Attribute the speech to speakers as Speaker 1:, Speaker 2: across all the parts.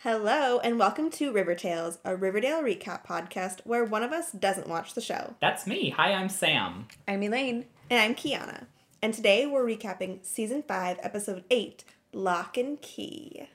Speaker 1: Hello, and welcome to River Tales, a Riverdale recap podcast where one of us doesn't watch the show.
Speaker 2: That's me. Hi, I'm Sam.
Speaker 3: I'm Elaine.
Speaker 1: And I'm Kiana. And today we're recapping Season 5, Episode 8 Lock and Key.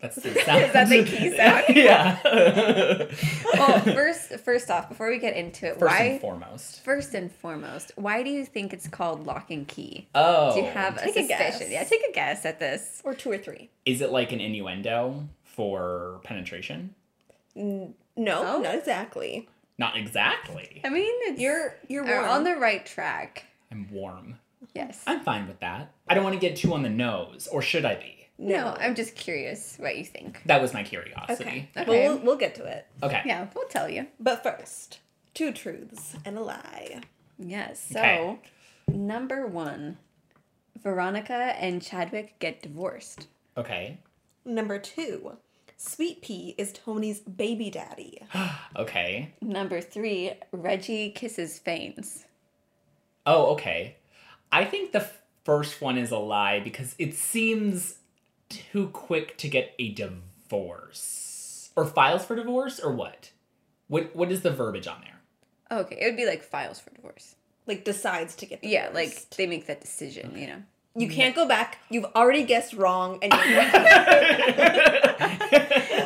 Speaker 2: That's the sound.
Speaker 3: that the key sound?
Speaker 2: yeah.
Speaker 3: Well, Oh, first, first off, before we get into it,
Speaker 2: First
Speaker 3: why?
Speaker 2: and foremost.
Speaker 3: first and foremost, why do you think it's called lock and key?
Speaker 2: Oh.
Speaker 3: do you have a
Speaker 1: Take a
Speaker 3: suspicion?
Speaker 1: guess.
Speaker 3: Yeah, take a guess at this.
Speaker 1: Or two or three.
Speaker 2: Is it like an innuendo for penetration?
Speaker 1: No,
Speaker 3: No?
Speaker 1: not exactly.
Speaker 2: Not exactly.
Speaker 3: I mean, it's,
Speaker 1: You're you're
Speaker 3: are
Speaker 1: warm.
Speaker 3: on the right track.
Speaker 2: I'm warm.
Speaker 3: Yes.
Speaker 2: I'm fine with that. I don't want to get too on the nose, or should I be?
Speaker 3: no, I'm just curious what you think.
Speaker 2: That was my curiosity.
Speaker 1: okay.
Speaker 3: Okay.
Speaker 1: Well, we'll we'll get to it.
Speaker 2: Okay.
Speaker 3: Yeah, we'll tell you.
Speaker 1: But first, two truths and a lie.
Speaker 3: Yes. So,
Speaker 2: Okay.
Speaker 3: number one, Veronica and Chadwick get divorced.
Speaker 2: Okay.
Speaker 1: Number two, Sweet Pea is Tony's baby daddy.
Speaker 2: Okay.
Speaker 3: Number three, Reggie kisses Fanes.
Speaker 2: Oh, okay. I think the first one is a lie because it seems too quick to get a divorce or files for divorce or what? What what is the verbiage on there?
Speaker 3: Okay, it would be like files for divorce.
Speaker 1: Like decides to get
Speaker 3: Yeah, like
Speaker 1: divorced.
Speaker 3: they make that decision, you know.
Speaker 1: you can't go back. You've already guessed wrong, and you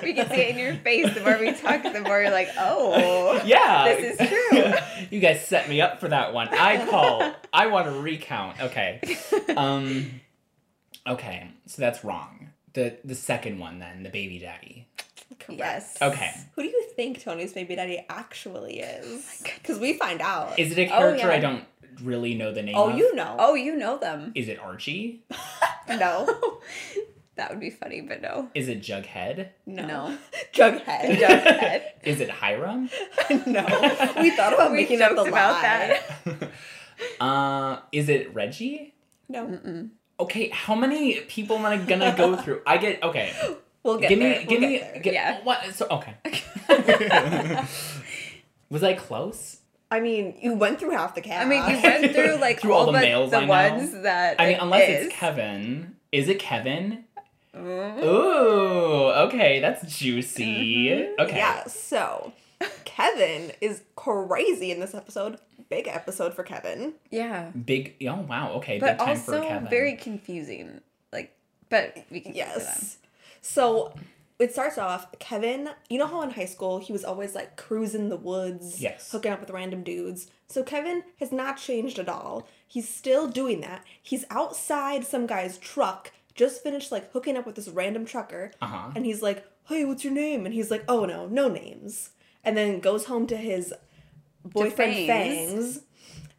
Speaker 3: We can see it in your face. The more we talk, the more you're like, oh.
Speaker 2: yeah.
Speaker 3: This is true.
Speaker 2: you guys set me up for that one. I call. I want to recount. Okay. Um okay. So that's wrong. The the second one then, the baby daddy.
Speaker 1: correct.
Speaker 3: Yes.
Speaker 2: Okay.
Speaker 1: Who do you think Tony's baby daddy actually
Speaker 3: Oh
Speaker 1: is? Because we find out.
Speaker 2: Is it a character
Speaker 3: yeah.
Speaker 2: I don't really know the name
Speaker 1: oh,
Speaker 2: of?
Speaker 1: you know.
Speaker 3: Oh, you know them.
Speaker 2: Is it Archie?
Speaker 1: no.
Speaker 3: That would be funny, but no.
Speaker 2: Is it Jughead?
Speaker 1: No.
Speaker 3: No.
Speaker 1: Jughead.
Speaker 3: Jughead.
Speaker 2: Is it Hiram?
Speaker 1: no. We thought about
Speaker 3: We
Speaker 1: making up the
Speaker 3: joked about
Speaker 1: lie.
Speaker 3: that.
Speaker 2: Uh, is it Reggie?
Speaker 1: No.
Speaker 2: Okay, how many people am I gonna go through? I get okay.
Speaker 1: We'll get
Speaker 2: give me,
Speaker 1: there. we'll
Speaker 2: give me,
Speaker 1: get there.
Speaker 2: get-
Speaker 3: yeah.
Speaker 2: What? So okay. Was I close?
Speaker 1: I mean, you went through half the
Speaker 3: I
Speaker 1: cast.
Speaker 3: mean, you went through like
Speaker 2: Through all
Speaker 3: all,
Speaker 2: the
Speaker 3: but
Speaker 2: males
Speaker 3: the
Speaker 2: I know.
Speaker 3: ones that.
Speaker 2: I mean,
Speaker 3: it
Speaker 2: unless
Speaker 3: is.
Speaker 2: it's Kevin. Is it Kevin?
Speaker 3: Mm.
Speaker 2: Ooh, okay, that's juicy.
Speaker 1: Mm-hmm.
Speaker 2: Okay.
Speaker 1: Yeah. So, Kevin is crazy in this episode. Big episode for Kevin.
Speaker 3: Yeah.
Speaker 2: Big. Oh wow. Okay.
Speaker 3: But
Speaker 2: big time for
Speaker 3: also
Speaker 2: Kevin.
Speaker 3: very confusing. Like, but we can. get to them.
Speaker 1: Yes. So it starts off Kevin, you know how in high school he was always like cruising the woods,
Speaker 2: Yes.
Speaker 1: hooking up with random dudes. So Kevin has not changed at all. He's still doing that. He's outside some guy's truck, just finished like hooking up with this random trucker,
Speaker 2: Uh huh.
Speaker 1: and he's like, "Hey, what's your name?" And he's like, "Oh no, no names." And then goes home to his boyfriend
Speaker 3: Fangs.
Speaker 1: Fangs.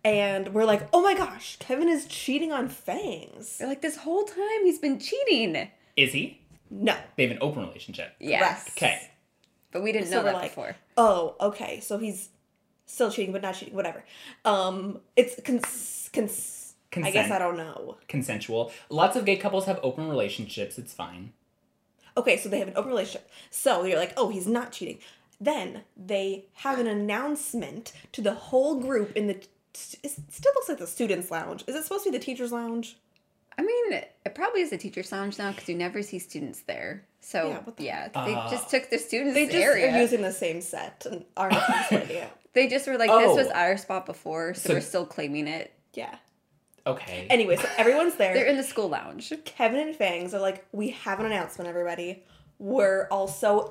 Speaker 1: And we're like, oh my gosh, Kevin is cheating on Fangs.
Speaker 3: They're like this whole time he's been cheating.
Speaker 2: Is he?
Speaker 1: No.
Speaker 2: They have an open relationship.
Speaker 3: Yes.
Speaker 2: Okay.
Speaker 3: But we didn't
Speaker 1: So
Speaker 3: know
Speaker 1: we're
Speaker 3: that
Speaker 1: like,
Speaker 3: before.
Speaker 1: oh, okay, so he's still cheating, but not cheating, whatever. Um, it's cons, cons- I guess
Speaker 2: Consent.
Speaker 1: I don't know.
Speaker 2: Consensual. Lots of gay couples have open relationships. It's fine.
Speaker 1: Okay, so they have an open relationship. So you're like, oh, he's not cheating. Then they have an announcement to the whole group in the. It still looks like the students' lounge. Is it supposed to be the teachers' lounge?
Speaker 3: I mean, it probably is a teacher's lounge now because you never see students there. So
Speaker 1: Yeah,
Speaker 3: yeah,
Speaker 1: what the-
Speaker 3: they
Speaker 2: Uh,
Speaker 3: just took the students'
Speaker 1: They just
Speaker 3: area.
Speaker 1: are using the same set and aren't translating it.
Speaker 3: they just were like,
Speaker 2: Oh.
Speaker 3: "This was our spot before, so,
Speaker 2: So-
Speaker 3: we're still claiming it."
Speaker 1: Yeah.
Speaker 2: Okay.
Speaker 1: Anyway, so everyone's
Speaker 3: They're
Speaker 1: there.
Speaker 3: in the school lounge.
Speaker 1: Kevin and Fangs are like, we have an announcement, everybody. We're also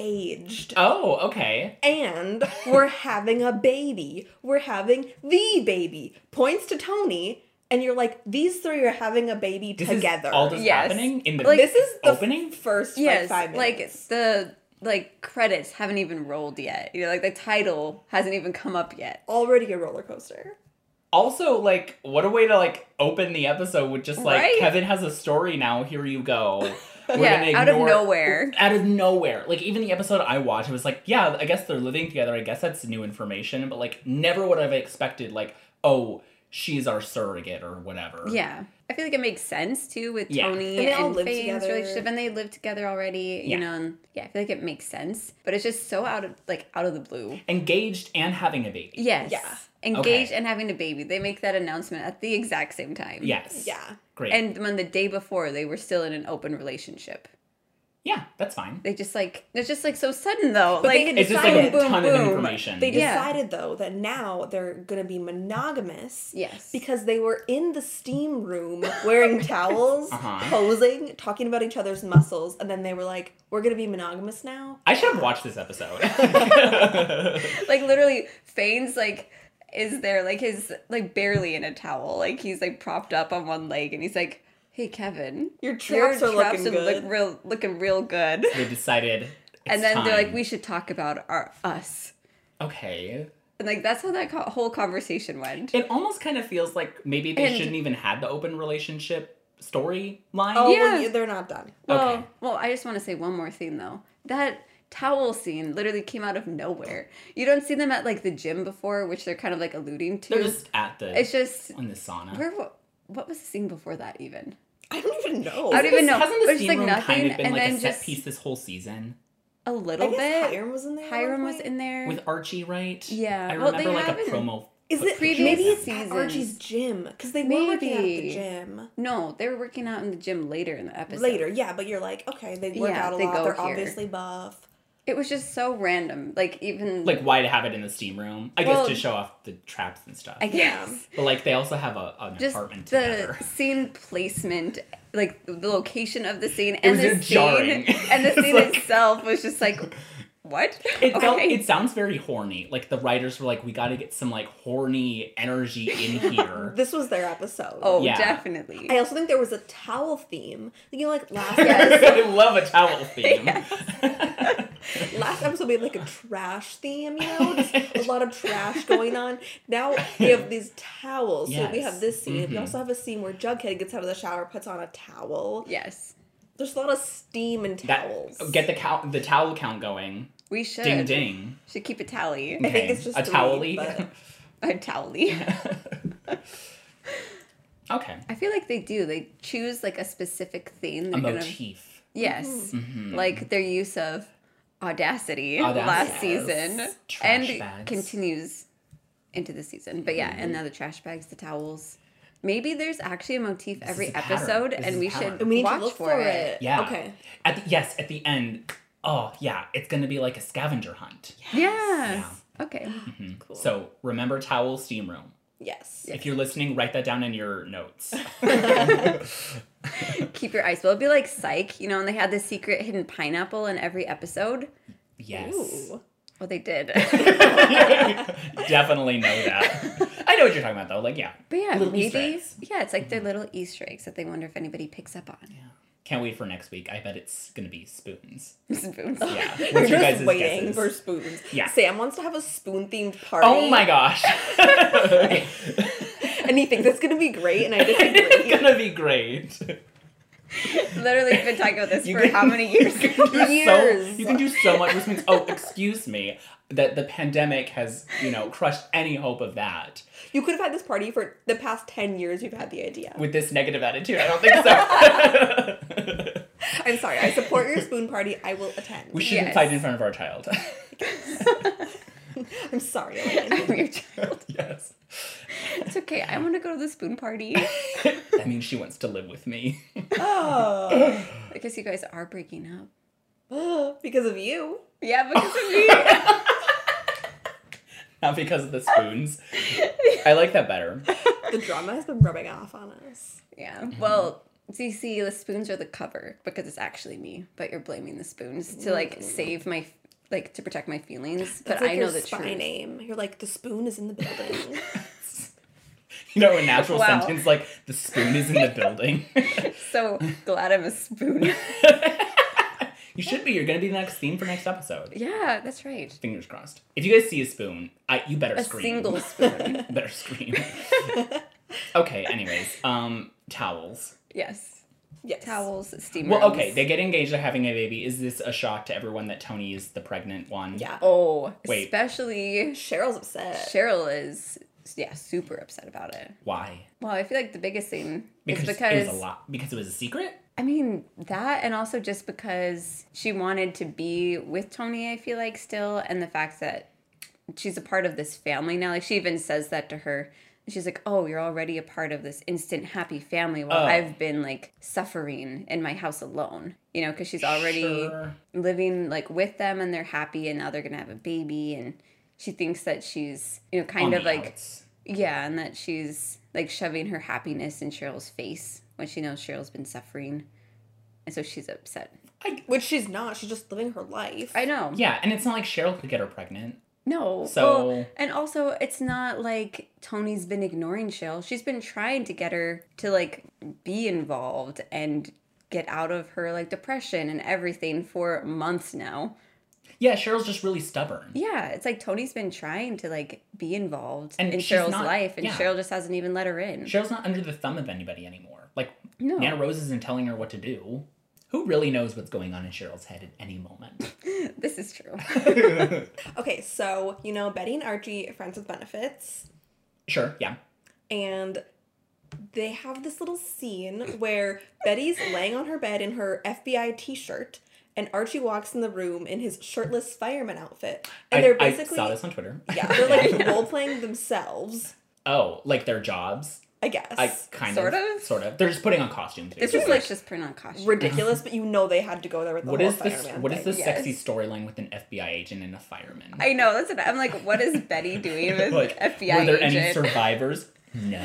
Speaker 1: engaged.
Speaker 2: oh, okay.
Speaker 1: and we're having a baby. We're having the baby. Points to Tony, and you're like, these three are having a baby
Speaker 2: This
Speaker 1: together.
Speaker 2: Is all this
Speaker 3: Yes.
Speaker 2: happening in the
Speaker 3: Like-
Speaker 1: this is the
Speaker 2: opening?
Speaker 1: first
Speaker 3: Yes,
Speaker 1: like, five
Speaker 3: like
Speaker 1: minutes.
Speaker 3: the like credits haven't even rolled yet. You know, like the title hasn't even come up yet.
Speaker 1: already a roller coaster.
Speaker 2: also, like, what a way to like open the episode with just like
Speaker 3: Right?
Speaker 2: Kevin has a story now. Here you go. We're
Speaker 3: yeah,
Speaker 2: gonna
Speaker 3: out of
Speaker 2: ignore-
Speaker 3: nowhere.
Speaker 2: Out of nowhere. Like even the episode I watched, it was like, yeah, I guess they're living together. I guess that's new information, but like never would I've expected like, oh, she's our surrogate or whatever.
Speaker 3: Yeah, I feel like it makes sense too with
Speaker 2: Yeah.
Speaker 1: And
Speaker 3: Tony and,
Speaker 1: they all live
Speaker 3: Faye's
Speaker 1: together.
Speaker 3: relationship, and they live together already.
Speaker 2: Yeah.
Speaker 3: You know, and yeah, I feel like it makes sense, but it's just so out of like out of the blue.
Speaker 2: Engaged and having a baby.
Speaker 3: Yes.
Speaker 1: Yeah.
Speaker 3: Engaged
Speaker 2: Okay.
Speaker 3: and having a baby. They make that announcement at the exact same time.
Speaker 2: Yes.
Speaker 1: Yeah.
Speaker 2: Great.
Speaker 3: And when the day before, they were still in an open relationship.
Speaker 2: Yeah, that's fine.
Speaker 3: They just like it's just like so sudden though.
Speaker 1: But
Speaker 3: like
Speaker 1: they
Speaker 2: It's just like a
Speaker 1: decided-
Speaker 3: boom,
Speaker 2: ton
Speaker 3: boom.
Speaker 2: of information.
Speaker 1: They
Speaker 3: Yeah.
Speaker 1: decided though that now they're gonna be monogamous.
Speaker 3: Yes.
Speaker 1: Because they were in the steam room wearing towels,
Speaker 2: Uh-huh.
Speaker 1: posing, talking about each other's muscles, and then they were like, "We're gonna be monogamous now."
Speaker 2: I should have watched this episode.
Speaker 3: like literally Fane's like is there like his like barely in a towel. Like he's like propped up on one leg and he's like, Hey Kevin,
Speaker 1: Your traps are looking good."
Speaker 3: look real looking real good.
Speaker 2: they decided.
Speaker 3: and then they're like, we
Speaker 2: should.
Speaker 3: should talk about our us.
Speaker 2: Okay.
Speaker 3: And like that's how that co- whole conversation went.
Speaker 2: It almost kind of feels like maybe they
Speaker 3: And-
Speaker 2: shouldn't even have the open relationship storyline.
Speaker 1: Oh, well,
Speaker 3: Yeah.
Speaker 1: you- they're not done.
Speaker 3: Well,
Speaker 2: Okay.
Speaker 3: well, I just want to say one more thing though. That towel scene literally came out of nowhere. You don't see them at like the gym before, which they're kind of like alluding to.
Speaker 2: They're just at the
Speaker 3: it's just
Speaker 2: in the sauna.
Speaker 3: where wa- what was the scene before that even?
Speaker 1: I don't even know.
Speaker 3: I don't even know.
Speaker 2: Hasn't
Speaker 3: But
Speaker 2: the
Speaker 3: it's
Speaker 2: steam
Speaker 3: like
Speaker 2: room kind
Speaker 3: nothing,
Speaker 2: of been
Speaker 3: and
Speaker 2: like a
Speaker 3: then
Speaker 2: set
Speaker 3: just-
Speaker 2: piece this whole season?
Speaker 3: A
Speaker 1: I
Speaker 3: little
Speaker 1: guess
Speaker 3: bit.
Speaker 1: Hiram was in there. at one
Speaker 3: Hiram was
Speaker 1: point?
Speaker 3: in there.
Speaker 2: With Archie, right?
Speaker 3: Yeah,
Speaker 2: I
Speaker 3: well,
Speaker 2: remember
Speaker 3: they
Speaker 2: like a
Speaker 3: haven't-
Speaker 2: promo.
Speaker 1: Is it
Speaker 3: previous
Speaker 1: maybe it's at
Speaker 3: seasons.
Speaker 1: Archie's gym? Because they were working out at the
Speaker 3: Maybe.
Speaker 1: gym.
Speaker 3: no, they were working out in the gym later in the episode.
Speaker 1: Later, yeah, but you're like, okay, they work
Speaker 3: Yeah,
Speaker 1: out a
Speaker 3: they
Speaker 1: lot.
Speaker 3: go
Speaker 1: They're
Speaker 3: here.
Speaker 1: obviously buff.
Speaker 3: It was just so random. Like even
Speaker 2: Like why to have it in the steam room? I
Speaker 3: Well-
Speaker 2: guess to show off the traps and stuff.
Speaker 3: I guess.
Speaker 2: but like they also have a, an
Speaker 3: just
Speaker 2: apartment
Speaker 3: the
Speaker 2: together.
Speaker 3: scene placement like the location of the scene and
Speaker 2: was
Speaker 3: the
Speaker 2: just
Speaker 3: scene
Speaker 2: jarring.
Speaker 3: and the
Speaker 2: It's
Speaker 3: scene
Speaker 2: like-
Speaker 3: itself was just like what
Speaker 2: It, felt-
Speaker 3: Okay.
Speaker 2: it sounds very horny. Like the writers were like, we got to get some like horny energy in here.
Speaker 1: This was their episode.
Speaker 3: oh
Speaker 2: yeah.
Speaker 3: definitely
Speaker 1: I also think there was a towel theme. You know, like last
Speaker 2: I love a towel theme.
Speaker 1: Last episode we had like a trash theme, you know, just a lot of trash going on. Now we have these towels. So we
Speaker 2: Yes.
Speaker 1: have this scene. We
Speaker 2: Mhm.
Speaker 1: also have a scene where Jughead gets out of the shower, puts on a towel.
Speaker 3: yes
Speaker 1: There's a lot of steam and
Speaker 2: That-
Speaker 1: towels.
Speaker 2: get the count, the towel count going.
Speaker 3: we should
Speaker 2: Ding ding.
Speaker 3: should keep a tally
Speaker 1: I think it's just
Speaker 2: a
Speaker 1: three,
Speaker 2: towel-y.
Speaker 1: but-
Speaker 3: a tally
Speaker 2: okay,
Speaker 3: i feel like they do they choose like a specific thing
Speaker 2: a
Speaker 3: they're gonna
Speaker 2: motif.
Speaker 3: yes
Speaker 2: Mhm.
Speaker 3: like their use of audacity,
Speaker 2: Audacity.
Speaker 3: last
Speaker 1: Yes.
Speaker 3: season
Speaker 2: Trash
Speaker 3: and
Speaker 2: bags. Mm-hmm.
Speaker 3: continues into the season but yeah and now the trash bags the towels maybe there's actually a motif every
Speaker 2: is a pattern.
Speaker 3: episode
Speaker 2: This
Speaker 3: and
Speaker 2: is
Speaker 3: we
Speaker 2: a pattern.
Speaker 3: should
Speaker 1: And we need
Speaker 3: watch
Speaker 1: to look
Speaker 3: for, it,
Speaker 2: Yeah.
Speaker 1: Okay.
Speaker 2: At the, yes, at the end. Oh yeah, it's gonna be like a scavenger hunt.
Speaker 3: yes okay
Speaker 2: Mhm.
Speaker 1: Cool.
Speaker 2: So remember towel steam room.
Speaker 1: Yes.
Speaker 2: If you're listening, write that down in your notes.
Speaker 3: keep your eyes well it'd be like psych you know and they had this secret hidden pineapple in every episode
Speaker 2: yes.
Speaker 1: Ooh.
Speaker 3: well they did
Speaker 2: Definitely know that. I know what you're talking about though. Like yeah,
Speaker 3: but yeah
Speaker 2: Little
Speaker 3: maybe
Speaker 2: Easter eggs.
Speaker 3: yeah it's like
Speaker 2: Mm-hmm.
Speaker 3: their little easter eggs that they wonder if anybody picks up on
Speaker 2: can't wait for next week. I bet it's gonna be spoons.
Speaker 3: Spoons.
Speaker 2: Yeah,
Speaker 1: We're
Speaker 2: what's your
Speaker 1: just
Speaker 2: guys'
Speaker 1: waiting
Speaker 2: guesses?
Speaker 1: for spoons.
Speaker 2: Yeah.
Speaker 1: Sam wants to have a spoon themed party.
Speaker 2: Oh my gosh.
Speaker 1: And he thinks it's gonna be great, and I
Speaker 2: it's
Speaker 1: disagree.
Speaker 2: gonna be great.
Speaker 3: literally been talking about this
Speaker 2: You
Speaker 3: for
Speaker 2: can-
Speaker 3: how many years
Speaker 2: So,
Speaker 1: Years.
Speaker 2: you can do so much with spoons. Oh, excuse me. That the pandemic has, you know, crushed any hope of that.
Speaker 1: you could have had this party for the past ten years. You've had the idea.
Speaker 2: With this negative attitude, I don't think so.
Speaker 1: I'm sorry. I support your spoon party. I will attend.
Speaker 2: we shouldn't
Speaker 3: Yes.
Speaker 2: fight in front of our child.
Speaker 1: I'm sorry, Elaine.
Speaker 3: I'm your child.
Speaker 2: yes.
Speaker 3: It's okay. I want to go to the spoon party.
Speaker 2: That means she wants to live with me.
Speaker 1: oh,
Speaker 3: I guess you guys are breaking up.
Speaker 1: Ah. because of you.
Speaker 3: Yeah, because of me.
Speaker 2: Not because of the spoons. I like that better.
Speaker 1: The drama has been rubbing off on us.
Speaker 3: yeah.
Speaker 2: Mm-hmm.
Speaker 3: Well, CC, the spoons are the cover because it's actually me, but you're blaming the spoons to like save my, like to protect my feelings.
Speaker 1: That's
Speaker 3: but
Speaker 1: like
Speaker 3: I
Speaker 1: your
Speaker 3: know the
Speaker 1: spy
Speaker 3: truth.
Speaker 1: name. You're like the spoon is in the building.
Speaker 2: You know, a natural
Speaker 3: Wow.
Speaker 2: sentence like the spoon is in the building.
Speaker 3: So glad I'm a spoon.
Speaker 2: you should be. You're gonna be the next theme for next episode.
Speaker 3: yeah, that's right.
Speaker 2: Fingers crossed. If you guys see a spoon, I you better
Speaker 3: A
Speaker 2: scream.
Speaker 3: single spoon.
Speaker 2: better scream. okay. Anyways, um, towels.
Speaker 3: yes.
Speaker 1: yes.
Speaker 3: Towels, steam.
Speaker 2: Well,
Speaker 3: rooms.
Speaker 2: okay. They get engaged. They're having a baby. Is this a shock to everyone that Tony is the pregnant one?
Speaker 1: Yeah.
Speaker 3: Oh,
Speaker 2: Wait.
Speaker 3: especially
Speaker 1: Cheryl's upset.
Speaker 3: Cheryl is yeah super upset about it.
Speaker 2: Why?
Speaker 3: Well, I feel like the biggest thing
Speaker 2: Because,
Speaker 3: is because
Speaker 2: it was a lot. Because it was a secret.
Speaker 3: I mean that, and also just because she wanted to be with Tony. I feel like still, and the fact that she's a part of this family now. Like she even says that to her. And she's like, "Oh, you're already a part of this instant happy family while
Speaker 2: Oh.
Speaker 3: I've been like suffering in my house alone." You know, cuz she's already
Speaker 2: Sure.
Speaker 3: living like with them and they're happy and now they're going to have a baby and she thinks that she's, you know,
Speaker 2: On
Speaker 3: kind of
Speaker 2: the
Speaker 3: like
Speaker 2: outs.
Speaker 3: yeah, and that she's like shoving her happiness in Cheryl's face when she knows Cheryl's been suffering. And so she's upset.
Speaker 1: Which she's not. She's just living her life.
Speaker 3: I know.
Speaker 2: Yeah, and it's not like Cheryl could get her pregnant.
Speaker 3: No.
Speaker 2: So-
Speaker 3: well, and also it's not like Tony's been ignoring Cheryl. She's been trying to get her to like be involved and get out of her like depression and everything for months now.
Speaker 2: Yeah, Cheryl's just really stubborn.
Speaker 3: Yeah, it's like Tony's been trying to like be involved
Speaker 2: And
Speaker 3: in
Speaker 2: she's
Speaker 3: Cheryl's
Speaker 2: not-
Speaker 3: life and
Speaker 2: yeah.
Speaker 3: Cheryl just hasn't even let her in.
Speaker 2: Cheryl's not under the thumb of anybody anymore. Like
Speaker 3: No.
Speaker 2: Nana Rose isn't telling her what to do. Who really knows what's going on in Cheryl's head at any moment?
Speaker 3: This is true.
Speaker 1: Okay, so you know Betty and Archie are friends with benefits,
Speaker 2: sure, yeah.
Speaker 1: and they have this little scene where Betty's laying on her bed in her FBI T-shirt, and Archie walks in the room in his shirtless fireman outfit, and
Speaker 2: I,
Speaker 1: they're
Speaker 2: I
Speaker 1: basically
Speaker 2: saw this on Twitter.
Speaker 1: yeah, they're like role playing themselves,
Speaker 2: Oh, like their jobs.
Speaker 1: I guess.
Speaker 2: I kind
Speaker 3: Sort
Speaker 2: of,
Speaker 3: of?
Speaker 2: sort of. They're just putting on costumes.
Speaker 3: This
Speaker 2: basically.
Speaker 3: is like just print on costume.
Speaker 1: Ridiculous, but you know they had to go there with the
Speaker 2: what
Speaker 1: whole
Speaker 2: is this?
Speaker 1: fireman
Speaker 2: What is
Speaker 1: thing.
Speaker 2: this
Speaker 3: yes.
Speaker 2: sexy storyline with an FBI agent and a fireman?
Speaker 3: I know. That's what I'm like. What is Betty doing with
Speaker 2: like,
Speaker 3: FBI
Speaker 2: were there
Speaker 3: agent?
Speaker 2: any survivors? No.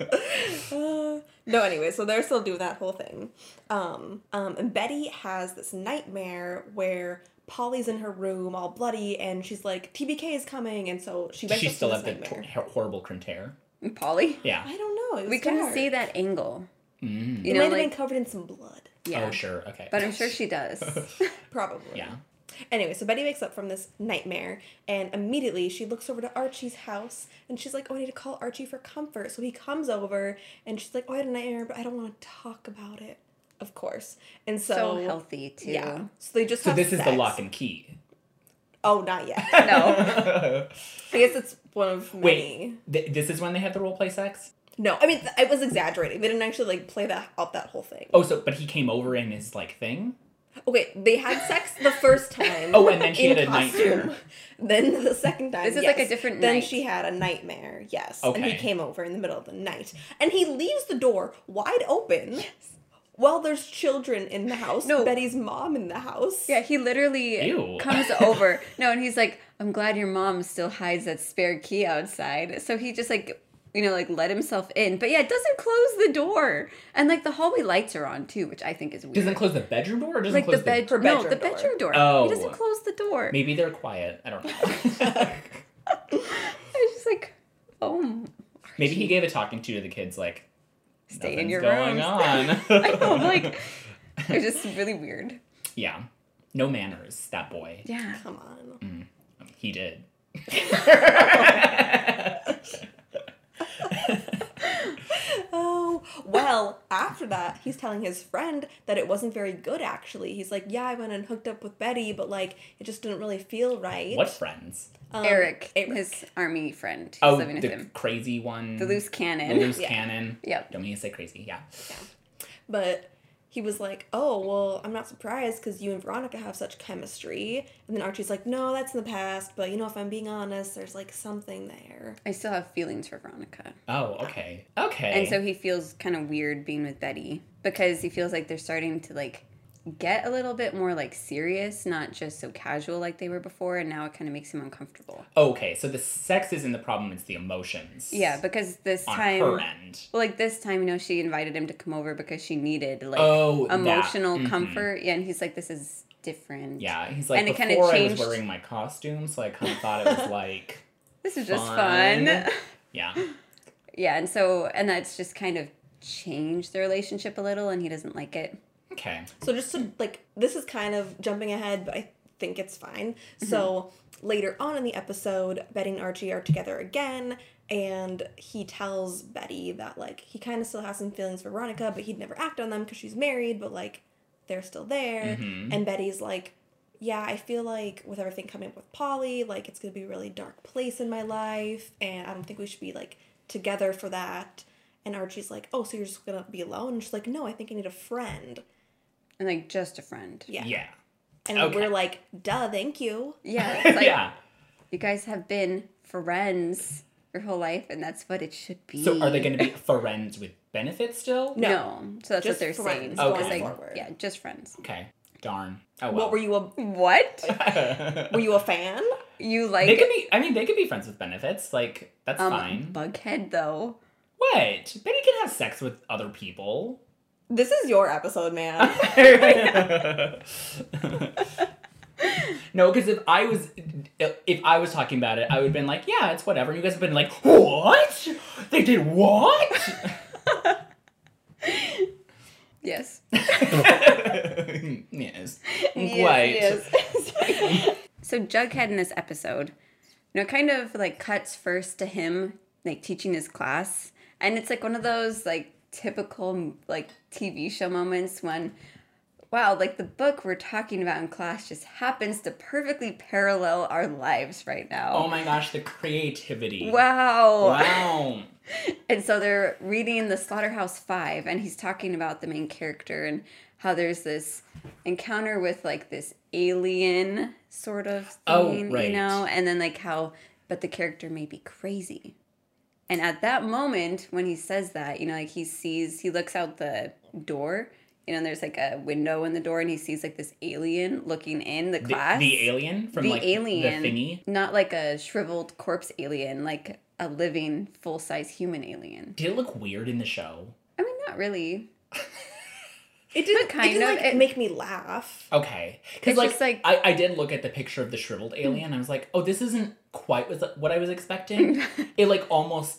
Speaker 1: Uh, no, anyway, so they're still doing that whole thing. Um, um, and Betty has this nightmare where Polly's in her room all bloody and she's like, TBK is coming. And so she
Speaker 2: Does
Speaker 1: wakes
Speaker 2: she
Speaker 1: up
Speaker 2: still
Speaker 1: to
Speaker 2: have
Speaker 1: this
Speaker 2: the
Speaker 1: nightmare.
Speaker 2: t- horrible crinter?
Speaker 3: Polly.
Speaker 2: Yeah.
Speaker 1: I don't know. It was
Speaker 3: We couldn't
Speaker 1: dark.
Speaker 3: see that angle.
Speaker 2: Mm.
Speaker 3: You
Speaker 1: it
Speaker 3: know,
Speaker 1: might have
Speaker 3: like
Speaker 1: been covered in some blood.
Speaker 3: yeah.
Speaker 2: Oh, sure. Okay.
Speaker 3: But I'm sure she does.
Speaker 1: Probably.
Speaker 2: Yeah.
Speaker 1: Anyway, so Betty wakes up from this nightmare and immediately she looks over to Archie's house and she's like, Oh, I need to call Archie for comfort. So he comes over and she's like, Oh, I had a nightmare, but I don't want to talk about it. Of course. And so,
Speaker 3: so, healthy too.
Speaker 1: Yeah. So they just
Speaker 2: So
Speaker 1: have
Speaker 2: this is the
Speaker 1: sex.
Speaker 2: lock and key.
Speaker 1: Oh, not yet.
Speaker 3: No.
Speaker 1: I guess it's one of many.
Speaker 2: Wait, th- this is when they had the role play sex.
Speaker 1: No, I mean th- I was exaggerating. They didn't actually like play that out that whole thing.
Speaker 2: Oh, so but he came over in his like thing.
Speaker 1: Okay, they had sex the first time.
Speaker 2: Oh, and then she
Speaker 1: in
Speaker 2: had a nightmare.
Speaker 1: Then the second time,
Speaker 3: This is like a
Speaker 1: yes.
Speaker 3: different
Speaker 1: Then
Speaker 3: night.
Speaker 1: she had a nightmare. Yes, and he
Speaker 2: Okay.
Speaker 1: came over in the middle of the night, and he leaves the door wide open. Yes. While there's children in the house,
Speaker 3: No.
Speaker 1: Betty's mom in the house.
Speaker 3: Yeah, he literally
Speaker 2: Ew.
Speaker 3: comes over. No, and he's like, I'm glad your mom still hides that spare key outside. So he just like, you know, like let himself in. But yeah, doesn't close the door. And like the hallway lights are on too, which I think is weird.
Speaker 2: Doesn't close the bedroom door or doesn't
Speaker 3: like
Speaker 2: close
Speaker 3: the bed,
Speaker 1: her
Speaker 3: no,
Speaker 1: bedroom
Speaker 3: the
Speaker 1: door.
Speaker 3: bedroom door.
Speaker 2: Oh.
Speaker 3: He doesn't close the door.
Speaker 2: Maybe they're quiet. I don't know.
Speaker 3: I was just like, oh,
Speaker 2: Maybe he gave a talking to to the kids like.
Speaker 3: Stay in
Speaker 2: "Nothing's
Speaker 3: your
Speaker 2: going
Speaker 3: rooms."
Speaker 2: on.
Speaker 3: I know, I'm like, it was just really weird.
Speaker 2: yeah, no manners. That boy.
Speaker 3: Yeah.
Speaker 1: Come on.
Speaker 2: He did.
Speaker 1: Oh, well, after that, he's telling his friend that it wasn't very good actually. He's like, Yeah, I went and hooked up with Betty, but like, it just didn't really feel right.
Speaker 2: what friends?
Speaker 1: Um,
Speaker 3: Eric,
Speaker 1: Eric.
Speaker 3: his army friend who's
Speaker 2: Oh,
Speaker 3: living with
Speaker 2: the
Speaker 3: him.
Speaker 2: crazy one.
Speaker 3: The loose
Speaker 2: The
Speaker 3: cannon.
Speaker 2: loose
Speaker 1: Yeah.
Speaker 2: cannon.
Speaker 3: Yep.
Speaker 2: Don't mean to say crazy. Yeah.
Speaker 1: But he was like, Oh, well, I'm not surprised because you and Veronica have such chemistry. And then Archie's like, No, that's in the past, but you know, if I'm being honest, there's like something there.
Speaker 3: I still have feelings for Veronica.
Speaker 2: Oh, okay. Okay.
Speaker 3: And so he feels kind of weird being with Betty because he feels like they're starting to like get a little bit more like serious, not just so casual like they were before, and now it kind of makes him uncomfortable.
Speaker 2: okay, so the sex isn't the problem; it's the emotions.
Speaker 3: Yeah, because this
Speaker 2: on
Speaker 3: time
Speaker 2: her end.
Speaker 3: Well, like this time, you know, she invited him to come over because she needed like
Speaker 2: Oh, that.
Speaker 3: emotional
Speaker 2: Mhm.
Speaker 3: comfort. Yeah, and he's like, this is different.
Speaker 2: Yeah, he's like
Speaker 3: And it kinda
Speaker 2: before I was
Speaker 3: changed-
Speaker 2: wearing my costume, so I kind of thought it was like
Speaker 3: This is just
Speaker 2: Fun.
Speaker 3: fun.
Speaker 2: yeah.
Speaker 3: yeah, and so, and that's just kind of changed the relationship a little, and he doesn't like it.
Speaker 2: Okay.
Speaker 1: So just to like this is kind of jumping ahead, but I think it's fine. So later on in the episode, Betty and Archie are together again, and he tells Betty that like he kind of still has some feelings for Veronica, but he'd never act on them because she's married, but like they're still there.
Speaker 2: Mhm.
Speaker 1: And Betty's like, yeah, I feel like with everything coming up with Polly, like it's gonna be a really dark place in my life, and I don't think we should be like together for that. And Archie's like, oh, so you're just gonna be alone? And she's like, no, I think I need a friend.
Speaker 3: And like, just a friend.
Speaker 1: Yeah.
Speaker 2: Yeah.
Speaker 1: And
Speaker 2: Okay.
Speaker 1: we're like, duh, thank you.
Speaker 3: Yeah. It's like,
Speaker 2: yeah.
Speaker 3: You guys have been friends your whole life, and that's what it should be.
Speaker 2: So are they going to be friends with benefits still?
Speaker 3: No.
Speaker 1: No.
Speaker 3: So that's
Speaker 1: Just
Speaker 3: what they're saying.
Speaker 1: friends
Speaker 2: Okay.
Speaker 3: Just
Speaker 2: going
Speaker 3: like-
Speaker 1: forward.
Speaker 3: yeah, just friends.
Speaker 2: Okay. Darn. Oh well.
Speaker 1: What were you a
Speaker 3: What?
Speaker 1: were you a fan?
Speaker 3: You
Speaker 2: they could
Speaker 3: like
Speaker 2: be. I mean, they could be friends with benefits. Like that's
Speaker 3: um
Speaker 2: fine.
Speaker 3: Bughead though.
Speaker 2: What? Betty can have sex with other people.
Speaker 1: This is your episode, man.
Speaker 2: no, because if I was if I was talking about it, I would have been like, yeah, it's whatever. You guys have been like, what? They did what?
Speaker 3: Yes.
Speaker 2: yes. Quite.
Speaker 3: yes. so Jughead in this episode, you know, kind of like cuts first to him like teaching his class, and it's like one of those like typical like TV show moments when. Wow, like the book we're talking about in class just happens to perfectly parallel our lives right
Speaker 2: Oh
Speaker 3: now.
Speaker 2: my gosh, the creativity. Wow.
Speaker 3: And so they're reading the Slaughterhouse Five, and he's talking about the main character and how there's this encounter with like this alien sort of
Speaker 2: Oh,
Speaker 3: thing,
Speaker 2: right.
Speaker 3: you know, and then like how, but the character may be crazy. And at that moment, when he says that, you know, like he sees, he looks out the door, you know, and there's like a window in the door, and he sees like this alien looking in the
Speaker 2: The,
Speaker 3: class
Speaker 2: the alien from
Speaker 3: the
Speaker 2: like
Speaker 3: alien,
Speaker 2: the thingy.
Speaker 3: not like a shriveled corpse alien, like a living full size human alien.
Speaker 2: Did it look weird in the show?
Speaker 3: I mean, not really.
Speaker 1: It didn't
Speaker 3: kind
Speaker 1: it didn't,
Speaker 3: of,
Speaker 1: like,
Speaker 3: it-
Speaker 1: make me laugh.
Speaker 2: Okay, because
Speaker 3: It's
Speaker 2: like,
Speaker 3: just like- Hmm.
Speaker 2: I, I did look at the picture of the shriveled alien. I was like, oh, this isn't quite what what I was expecting. it like almost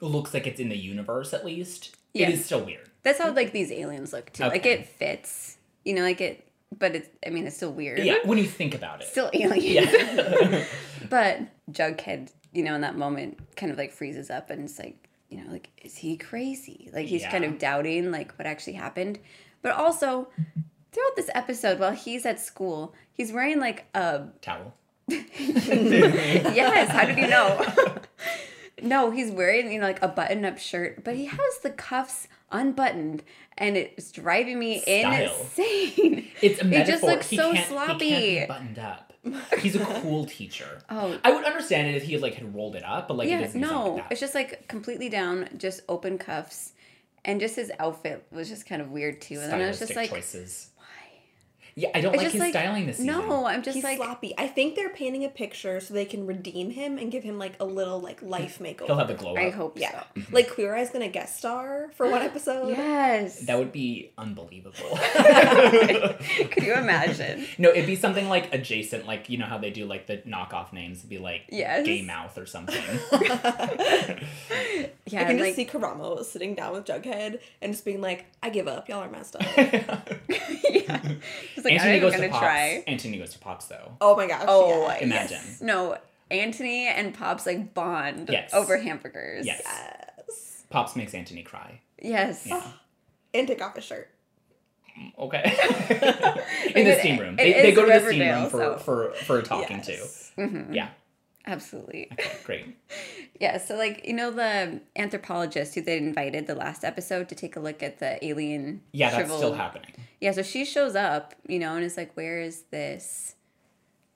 Speaker 2: looks like it's in the universe at least.
Speaker 3: Yeah.
Speaker 2: It is still weird.
Speaker 3: That's how like these aliens look too. Like
Speaker 2: Okay.
Speaker 3: it fits, you know, like it, but it's. I mean, it's still weird.
Speaker 2: Yeah, when you think about it.
Speaker 3: still aliens.
Speaker 2: yeah.
Speaker 3: But Jughead, you know, in that moment, kind of like freezes up and it's like, you know, like, is he crazy? Like he's kind
Speaker 2: Yeah.
Speaker 3: of doubting like what actually happened. But also, throughout this episode, while he's at school, he's wearing like a
Speaker 2: Towel.
Speaker 3: yes, how did you know? no, he's wearing, you know, like a button up shirt, but he has the cuffs unbuttoned and it's driving me
Speaker 2: Style.
Speaker 3: insane.
Speaker 2: It's a
Speaker 3: He
Speaker 2: metaphor.
Speaker 3: just looks so
Speaker 2: can't- He can't be
Speaker 3: sloppy.
Speaker 2: buttoned up. He's a cool teacher.
Speaker 3: Oh.
Speaker 2: I would understand it if he like had rolled it up, but like it
Speaker 3: yeah,
Speaker 2: doesn't sound
Speaker 3: no,
Speaker 2: like that.
Speaker 3: it's just like completely down, just open cuffs. And just his outfit was just kind of weird too. And then I was just
Speaker 2: Stylistic
Speaker 3: like,
Speaker 2: choices. Why? Yeah, I don't
Speaker 3: it's
Speaker 2: like
Speaker 3: just
Speaker 2: his
Speaker 3: like,
Speaker 2: styling this season.
Speaker 3: No, I'm just
Speaker 1: He's
Speaker 3: like,
Speaker 1: sloppy. I think they're painting a picture so they can redeem him and give him like a little like life makeover.
Speaker 2: he'll have Mm-hmm. a glow up.
Speaker 3: I hope
Speaker 1: yeah,
Speaker 3: so.
Speaker 1: like Queer Eye's gonna guest star for one episode.
Speaker 3: Yes.
Speaker 2: That would be unbelievable.
Speaker 3: Could you imagine?
Speaker 2: No, it'd be something like adjacent, like you know how they do like the knockoff names. It'd be like
Speaker 3: Yes.
Speaker 2: Gay Mouth or something.
Speaker 3: Yeah,
Speaker 1: I can just
Speaker 3: like,
Speaker 1: see Karamo sitting down with Jughead and just being like, "I give up. Y'all are messed up."
Speaker 3: yeah. Just like,
Speaker 2: Anthony
Speaker 3: I'm not
Speaker 2: goes
Speaker 3: even
Speaker 2: to
Speaker 3: gonna
Speaker 2: pops.
Speaker 3: try.
Speaker 2: Anthony goes to pops though.
Speaker 1: oh my gosh.
Speaker 3: Oh,
Speaker 1: yes.
Speaker 2: Imagine.
Speaker 3: No, Anthony and Pops like bond
Speaker 2: Yes.
Speaker 3: over hamburgers.
Speaker 2: Yes.
Speaker 1: Yes.
Speaker 2: Pops makes Anthony cry.
Speaker 3: Yes.
Speaker 2: Yeah.
Speaker 1: And take off his shirt.
Speaker 2: Okay. In the
Speaker 3: it-
Speaker 2: steam room.
Speaker 3: it
Speaker 2: They, they
Speaker 3: is
Speaker 2: go to the steam
Speaker 3: Riverdale,
Speaker 2: room for
Speaker 3: so-
Speaker 2: for for a talking
Speaker 1: Yes.
Speaker 2: to. Yeah.
Speaker 3: Mm-hmm. Absolutely.
Speaker 2: Okay, great.
Speaker 3: Yeah. So like, you know the anthropologist who they invited the last episode to take a look at the alien
Speaker 2: Yeah, that's still
Speaker 3: shriveled-
Speaker 2: happening.
Speaker 3: Yeah, so she shows up, you know, and is like, Where is this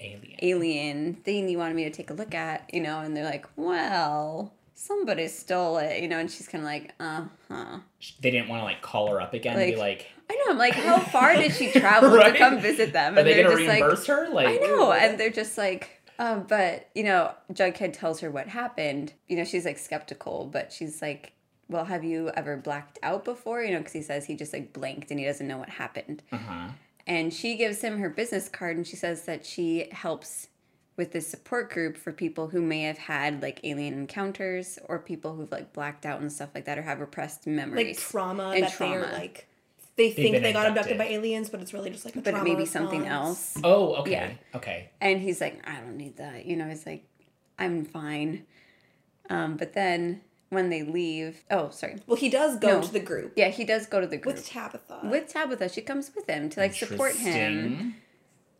Speaker 2: Alien.
Speaker 3: alien thing you wanted me to take a look at? You know, and they're like, Well, somebody stole it, you know, and she's kinda like, uh huh.
Speaker 2: They didn't want to like call her up again and be like,
Speaker 3: I know, I'm like, how far did she travel
Speaker 2: Right?
Speaker 3: to come visit them?
Speaker 2: are they
Speaker 3: they're
Speaker 2: gonna
Speaker 3: just like,
Speaker 2: reimburse her? Like
Speaker 3: I know, and they're just like, uh, but you know, Jughead tells her what happened. You know, she's like skeptical, but she's like, well, have you ever blacked out before? You know, because he says he just like blanked and he doesn't know what happened.
Speaker 2: Uh-huh.
Speaker 3: And she gives him her business card and she says that she helps with this support group for people who may have had like alien encounters or people who've like blacked out and stuff like that or have repressed memories.
Speaker 1: Like trauma
Speaker 3: And
Speaker 1: that they
Speaker 3: trauma.
Speaker 1: are like, they think
Speaker 2: been
Speaker 1: they got abducted. by
Speaker 2: abducted.
Speaker 1: aliens, but it's really just like a
Speaker 3: but it
Speaker 1: trauma
Speaker 3: may be something
Speaker 1: response.
Speaker 3: else.
Speaker 2: Oh, okay.
Speaker 3: Yeah.
Speaker 2: Okay.
Speaker 3: And he's like, I don't need that. You know, he's like, I'm fine. Um, but then when they leave, oh, sorry.
Speaker 1: Well, he does go
Speaker 3: No.
Speaker 1: to the group
Speaker 3: Yeah, he does go to the group
Speaker 1: with
Speaker 3: with,
Speaker 1: Tabitha.
Speaker 3: Tabitha. She comes with him to like support him.
Speaker 2: Interesting.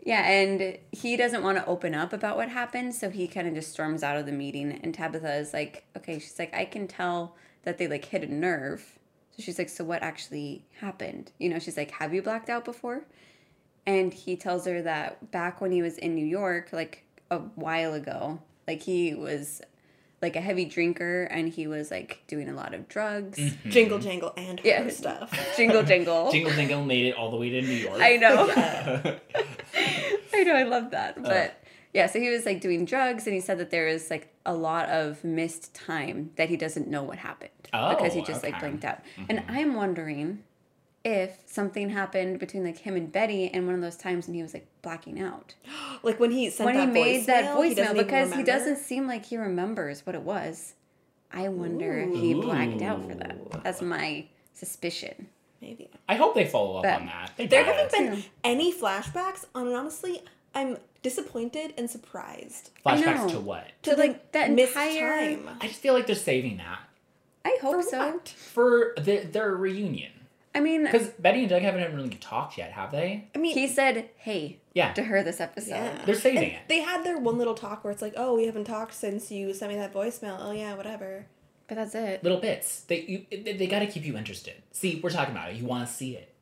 Speaker 3: Yeah, and he doesn't want to open up about what happened, so he kind of just storms out of the meeting. And Tabitha is like, okay, she's like, I can tell that they like hit a nerve. So she's like, so what actually happened? You know, she's like, have you blacked out before? And he tells her that back when he was in New York, like a while ago, Like he was like a heavy drinker and he was like doing a lot of drugs.
Speaker 2: Hmm.
Speaker 1: Jingle jangle and her
Speaker 3: Yeah.
Speaker 1: stuff.
Speaker 3: Jingle jingle.
Speaker 2: Mm. Jingle Jingle made it all the way to New York.
Speaker 3: I know.
Speaker 2: know.
Speaker 3: I know, I love
Speaker 2: Uh.
Speaker 3: that. But yeah, so he was like doing drugs and he said that there is like a lot of missed time that he doesn't know what happened. because he
Speaker 2: Oh,
Speaker 3: just like
Speaker 2: okay. Mm-hmm.
Speaker 3: blinked out. And I'm wondering if something happened between like him and Betty and one of those times when he was like blacking out.
Speaker 1: Like when he sent
Speaker 3: when
Speaker 1: that
Speaker 3: he made that
Speaker 1: voicemail, he
Speaker 3: voicemail
Speaker 1: doesn't even
Speaker 3: because he
Speaker 1: remember.
Speaker 3: doesn't seem like he remembers what it was. I wonder if he blacked out for that. That's my suspicion.
Speaker 1: Maybe.
Speaker 2: I hope they follow up
Speaker 3: But
Speaker 2: on that. They
Speaker 1: There
Speaker 2: gotta.
Speaker 1: haven't been
Speaker 3: Yeah.
Speaker 1: any flashbacks, and honestly, I'm disappointed and surprised.
Speaker 3: I know.
Speaker 2: flashbacks to what?
Speaker 3: To like that
Speaker 1: missed
Speaker 3: entire
Speaker 1: time.
Speaker 2: I just feel like they're saving that
Speaker 3: I hope
Speaker 1: For
Speaker 3: so.
Speaker 1: what?
Speaker 2: for their, their reunion.
Speaker 3: I mean
Speaker 2: Because Betty and Doug haven't really talked yet, have they?
Speaker 1: I mean,
Speaker 3: he said hey
Speaker 2: Yeah.
Speaker 3: to her this episode.
Speaker 1: yeah.
Speaker 2: They're saving
Speaker 1: And
Speaker 2: it.
Speaker 1: They had their one little talk where it's like, oh, we haven't talked since you sent me that voicemail. Oh, yeah, whatever.
Speaker 3: But that's it.
Speaker 2: Little bits. They you, they, they got to keep you interested. See, we're talking about it. You want to see it.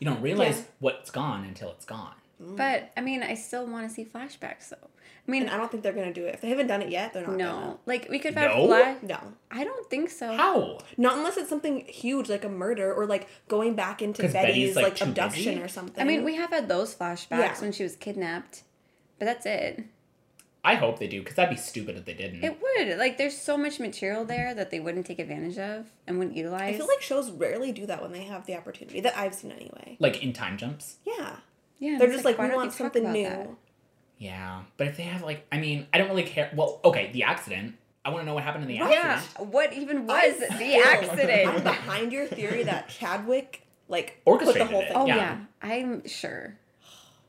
Speaker 2: You don't realize
Speaker 1: Yeah.
Speaker 2: what's gone until it's gone.
Speaker 3: But I mean, I still want to see flashbacks though. I mean,
Speaker 1: And I don't think they're going to do it. If they haven't done it yet, they're not
Speaker 3: no, like we could have
Speaker 2: No?
Speaker 3: flash.
Speaker 1: gonna. No.
Speaker 3: I don't think so.
Speaker 2: How?
Speaker 1: Not unless it's something huge like a murder or like going back into
Speaker 2: 'Cause
Speaker 1: Betty's,
Speaker 2: Betty's, like,
Speaker 1: like,
Speaker 2: too
Speaker 1: abduction
Speaker 2: busy?
Speaker 1: or something.
Speaker 3: I mean, we have had those flashbacks
Speaker 1: Yeah.
Speaker 3: when she was kidnapped, but that's it.
Speaker 2: I hope they do, because that'd be stupid if they didn't.
Speaker 3: It would like there's so much material there that they wouldn't take advantage of and wouldn't utilize.
Speaker 1: I feel like shows rarely do that when they have the opportunity that I've seen anyway.
Speaker 2: like in time jumps.
Speaker 1: Yeah.
Speaker 3: yeah,
Speaker 1: They're
Speaker 3: it's
Speaker 1: just like,
Speaker 3: why
Speaker 1: we
Speaker 3: don't
Speaker 1: want
Speaker 3: talk
Speaker 1: something
Speaker 3: about
Speaker 1: new.
Speaker 3: that?
Speaker 2: Yeah, but if they have like, I mean, I don't really care. Well, okay, the accident. I want to know what happened in the
Speaker 3: Yeah,
Speaker 2: accident.
Speaker 3: what even
Speaker 1: I'm
Speaker 3: was the
Speaker 1: still- I'm
Speaker 3: accident?
Speaker 1: behind your theory that Chadwick like
Speaker 2: Orchestrated
Speaker 1: put the whole
Speaker 2: it.
Speaker 1: thing.
Speaker 3: Oh
Speaker 2: Yeah.
Speaker 3: yeah. I'm sure.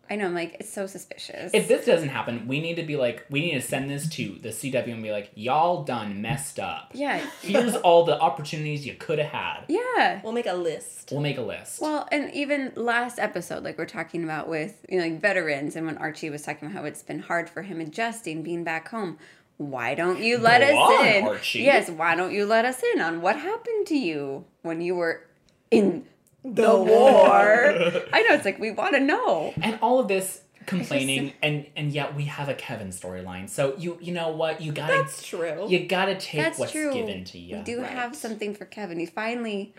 Speaker 3: I know, I'm like it's so suspicious.
Speaker 2: If this doesn't happen, we need to be like, we need to send this to the CW and be like, y'all done messed up.
Speaker 3: yeah,
Speaker 2: Here's all the opportunities you could have had.
Speaker 3: yeah.
Speaker 1: We'll make a list.
Speaker 2: We'll make a list.
Speaker 3: Well, and even last episode, like we're talking about with you know like veterans, and when Archie was talking about how it's been hard for him adjusting being back home. Why don't you let
Speaker 2: Go
Speaker 3: us
Speaker 2: on,
Speaker 3: in?
Speaker 2: Archie.
Speaker 3: Yes, why don't you let us in on what happened to you when you were in the, war? I know it's like we want to know.
Speaker 2: and all of this complaining, and and yet we have a Kevin storyline. So you you know what you gotta
Speaker 1: That's true.
Speaker 2: you gotta take
Speaker 3: That's
Speaker 2: what's
Speaker 3: true.
Speaker 2: given to you.
Speaker 3: we do
Speaker 1: right.
Speaker 3: have something for Kevin. He finally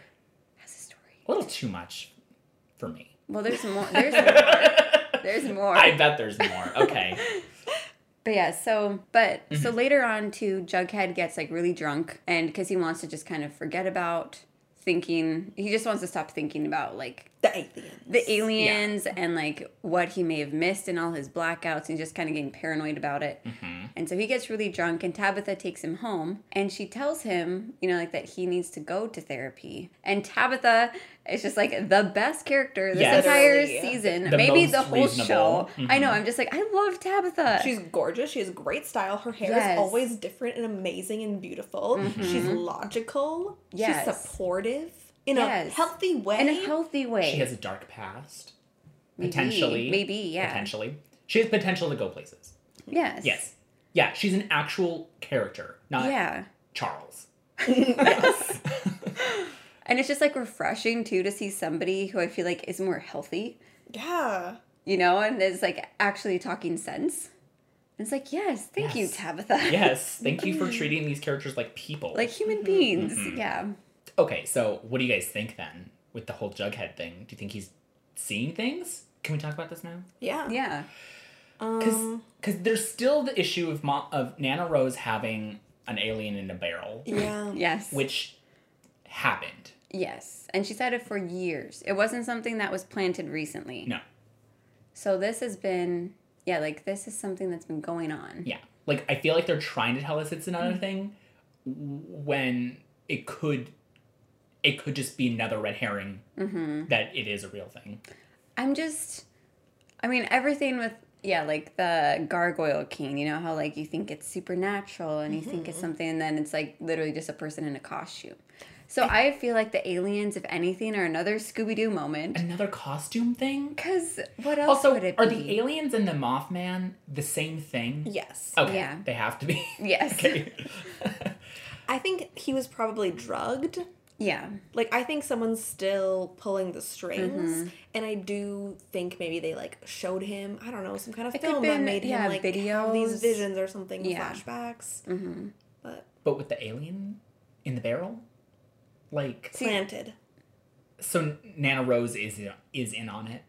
Speaker 3: has a story.
Speaker 2: A little too much for me.
Speaker 3: Well, there's more. There's more. there's more.
Speaker 2: I bet there's more. Okay.
Speaker 3: But yeah, so but so
Speaker 2: Mm-hmm.
Speaker 3: later on too, Jughead gets like really drunk and because he wants to just kind of forget about thinking he just wants to stop thinking about like
Speaker 1: The atheist.
Speaker 3: the aliens and like what he may have missed in all his blackouts and just kind of getting paranoid about it.
Speaker 2: Mm-hmm.
Speaker 3: And so he gets really drunk and Tabitha takes him home and she tells him, you know, like that he needs to go to therapy. And Tabitha is just like the best character this
Speaker 2: Yes.
Speaker 3: entire
Speaker 1: Literally.
Speaker 3: season,
Speaker 2: The
Speaker 3: maybe
Speaker 2: most
Speaker 3: the whole
Speaker 2: reasonable. Mm-hmm.
Speaker 3: show. I know, I'm just like I love Tabitha.
Speaker 1: She's gorgeous. She has great style. Her hair
Speaker 3: Yes. Mm-hmm.
Speaker 1: is always different and amazing and beautiful. She's logical.
Speaker 3: Yes.
Speaker 1: She's supportive in a
Speaker 3: Yes.
Speaker 1: healthy way.
Speaker 3: in a healthy way.
Speaker 2: She has a dark past.
Speaker 3: Maybe,
Speaker 2: Potentially.
Speaker 3: Maybe, yeah.
Speaker 2: Potentially. She has potential to go places.
Speaker 3: Yes.
Speaker 2: Yes. Uh, Yeah, she's an actual character, not
Speaker 3: Yeah.
Speaker 2: Charles.
Speaker 3: And it's just like refreshing too to see somebody who I feel like is more healthy,
Speaker 1: yeah.
Speaker 3: you know, and is like actually talking sense. And it's like, yes, thank you,
Speaker 2: Yes.
Speaker 3: Tabitha.
Speaker 2: Yes. Mm-hmm. Thank you for treating these characters like people.
Speaker 3: like human beings. Yeah.
Speaker 2: okay, so what do you guys think then with the whole Jughead thing? Do you think he's seeing things? Can we talk about this now?
Speaker 1: Yeah.
Speaker 3: Yeah.
Speaker 2: Because
Speaker 1: Um,
Speaker 2: there's still the issue of mom, of Nana Rose having an alien in a barrel,
Speaker 1: yeah.
Speaker 3: Yes.
Speaker 2: which happened.
Speaker 3: yes. And she's had it for years. It wasn't something that was planted recently.
Speaker 2: No.
Speaker 3: So this has been, yeah, like this is something that's been going on.
Speaker 2: Yeah. Like I feel like they're trying to tell us it's
Speaker 3: Mm-hmm.
Speaker 2: another thing when it could it could just be another red herring
Speaker 3: Mm-hmm.
Speaker 2: that it is a real thing.
Speaker 3: I'm just, I mean, everything with, yeah, like the Gargoyle King, you know, how like you think it's supernatural and you think
Speaker 2: Mm-hmm.
Speaker 3: it's something, and then it's like literally just a person in a costume. So I feel like the aliens, if anything, are another Scooby Doo moment.
Speaker 2: Another costume thing?
Speaker 3: Because what else
Speaker 2: Also,
Speaker 3: would it
Speaker 2: are
Speaker 3: be?
Speaker 2: the aliens and the Mothman the same thing?
Speaker 1: Yes.
Speaker 2: Okay.
Speaker 3: Yeah.
Speaker 2: They have to be.
Speaker 3: Yes.
Speaker 2: okay.
Speaker 1: I think he was probably drugged
Speaker 3: Yeah.
Speaker 1: like I think someone's still pulling the strings,
Speaker 3: Mm-hmm.
Speaker 1: and I do think maybe they like showed him I don't know some kind of
Speaker 3: could've
Speaker 1: film that
Speaker 3: been,
Speaker 1: made
Speaker 3: yeah,
Speaker 1: him like have these
Speaker 3: videos.
Speaker 1: visions or something
Speaker 3: Yeah.
Speaker 1: flashbacks,
Speaker 3: Mm-hmm.
Speaker 1: but
Speaker 2: But with the alien in the barrel, like
Speaker 3: See-
Speaker 1: planted
Speaker 2: so Nana Rose is is in on it.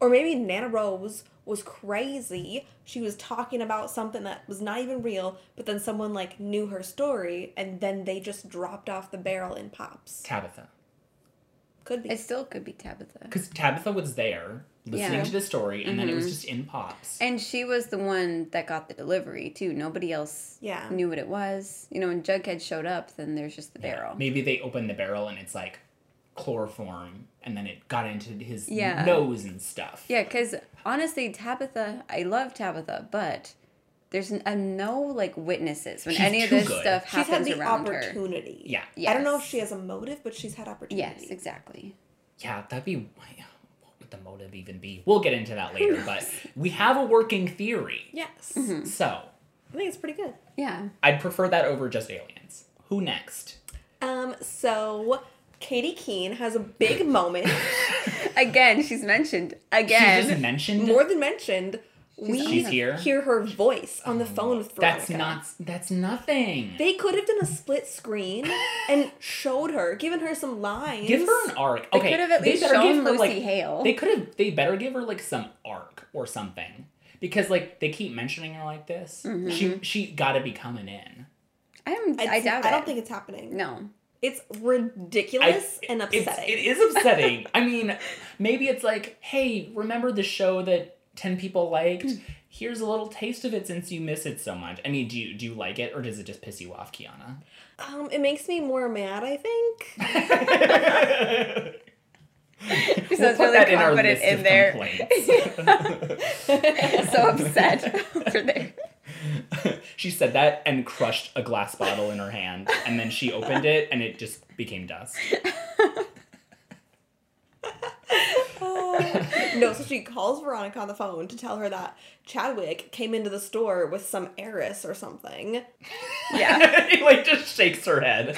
Speaker 1: or maybe Nana Rose was crazy. She was talking about something that was not even real, but then someone like knew her story, and then they just dropped off the barrel in pops.
Speaker 2: Tabitha,
Speaker 1: Could be
Speaker 3: It still could be Tabitha.
Speaker 2: because Tabitha was there listening
Speaker 3: Yeah. Mm-hmm.
Speaker 2: to the story, and then it was just in pops.
Speaker 3: And she was the one that got the delivery too. Nobody else
Speaker 1: yeah.
Speaker 3: knew what it was. You know, when Jughead showed up, then there's just the barrel.
Speaker 2: Maybe they opened the barrel and it's like chloroform, and then it got into his
Speaker 3: Yeah.
Speaker 2: nose and stuff.
Speaker 3: Yeah, because honestly, Tabitha, I love Tabitha, but there's n- uh, no like witnesses when
Speaker 2: She's
Speaker 3: any of
Speaker 2: too
Speaker 3: this
Speaker 2: good.
Speaker 3: stuff
Speaker 1: She's had
Speaker 3: happens
Speaker 1: the
Speaker 3: around her.
Speaker 1: opportunity.
Speaker 2: Yeah.
Speaker 1: I don't know if
Speaker 3: Yes.
Speaker 1: she has a motive, but she's had opportunity.
Speaker 3: Yes, exactly.
Speaker 2: Yeah, that'd be. What would the motive even be? We'll get into that later, but we have a working theory.
Speaker 1: Yes.
Speaker 3: Mm-hmm.
Speaker 2: So
Speaker 1: I think it's pretty good.
Speaker 3: Yeah.
Speaker 2: I'd prefer that over just aliens. Who next?
Speaker 1: Um, so Katie Keene has a big moment,
Speaker 3: Again, she's mentioned
Speaker 2: She
Speaker 3: again.
Speaker 2: just mentioned
Speaker 1: more than mentioned. We
Speaker 2: She's here?
Speaker 1: hear her voice on the phone with Veronica.
Speaker 2: That's not. That's nothing.
Speaker 1: They could have done a split screen and showed her, given her some lines.
Speaker 2: give her an arc.
Speaker 3: They
Speaker 2: Okay,
Speaker 3: could have at least
Speaker 2: better
Speaker 3: shown
Speaker 2: give her,
Speaker 3: Lucy
Speaker 2: like-
Speaker 3: Hale.
Speaker 2: They could have. They better give her like some arc or something because like they keep mentioning her like this.
Speaker 3: Mm-hmm.
Speaker 2: She she got to be coming in.
Speaker 3: I'm, I
Speaker 1: It's-
Speaker 3: doubt
Speaker 1: I
Speaker 3: it.
Speaker 1: don't think it's happening.
Speaker 3: No.
Speaker 1: It's
Speaker 2: I-
Speaker 1: ridiculous and
Speaker 2: it's-
Speaker 1: upsetting.
Speaker 2: It is upsetting. I mean, maybe it's like, hey, remember the show that ten people liked?
Speaker 3: Mm.
Speaker 2: Here's a little taste of it since you miss it so much. I mean, do you do you like it or does it just piss you off, Kiana?
Speaker 1: um, it makes me more mad. I think.
Speaker 3: She
Speaker 2: We'll
Speaker 3: sounds
Speaker 2: put
Speaker 3: really
Speaker 2: that in our
Speaker 3: confident
Speaker 2: list
Speaker 3: in,
Speaker 2: of
Speaker 3: there.
Speaker 2: complaints.
Speaker 3: so upset over there.
Speaker 2: she said that and crushed a glass bottle in her hand, and then she opened it and it just became dust.
Speaker 1: no, so she calls Veronica on the phone to tell her that Chadwick came into the store with some heiress or something.
Speaker 3: Yeah.
Speaker 2: He, like just shakes her head.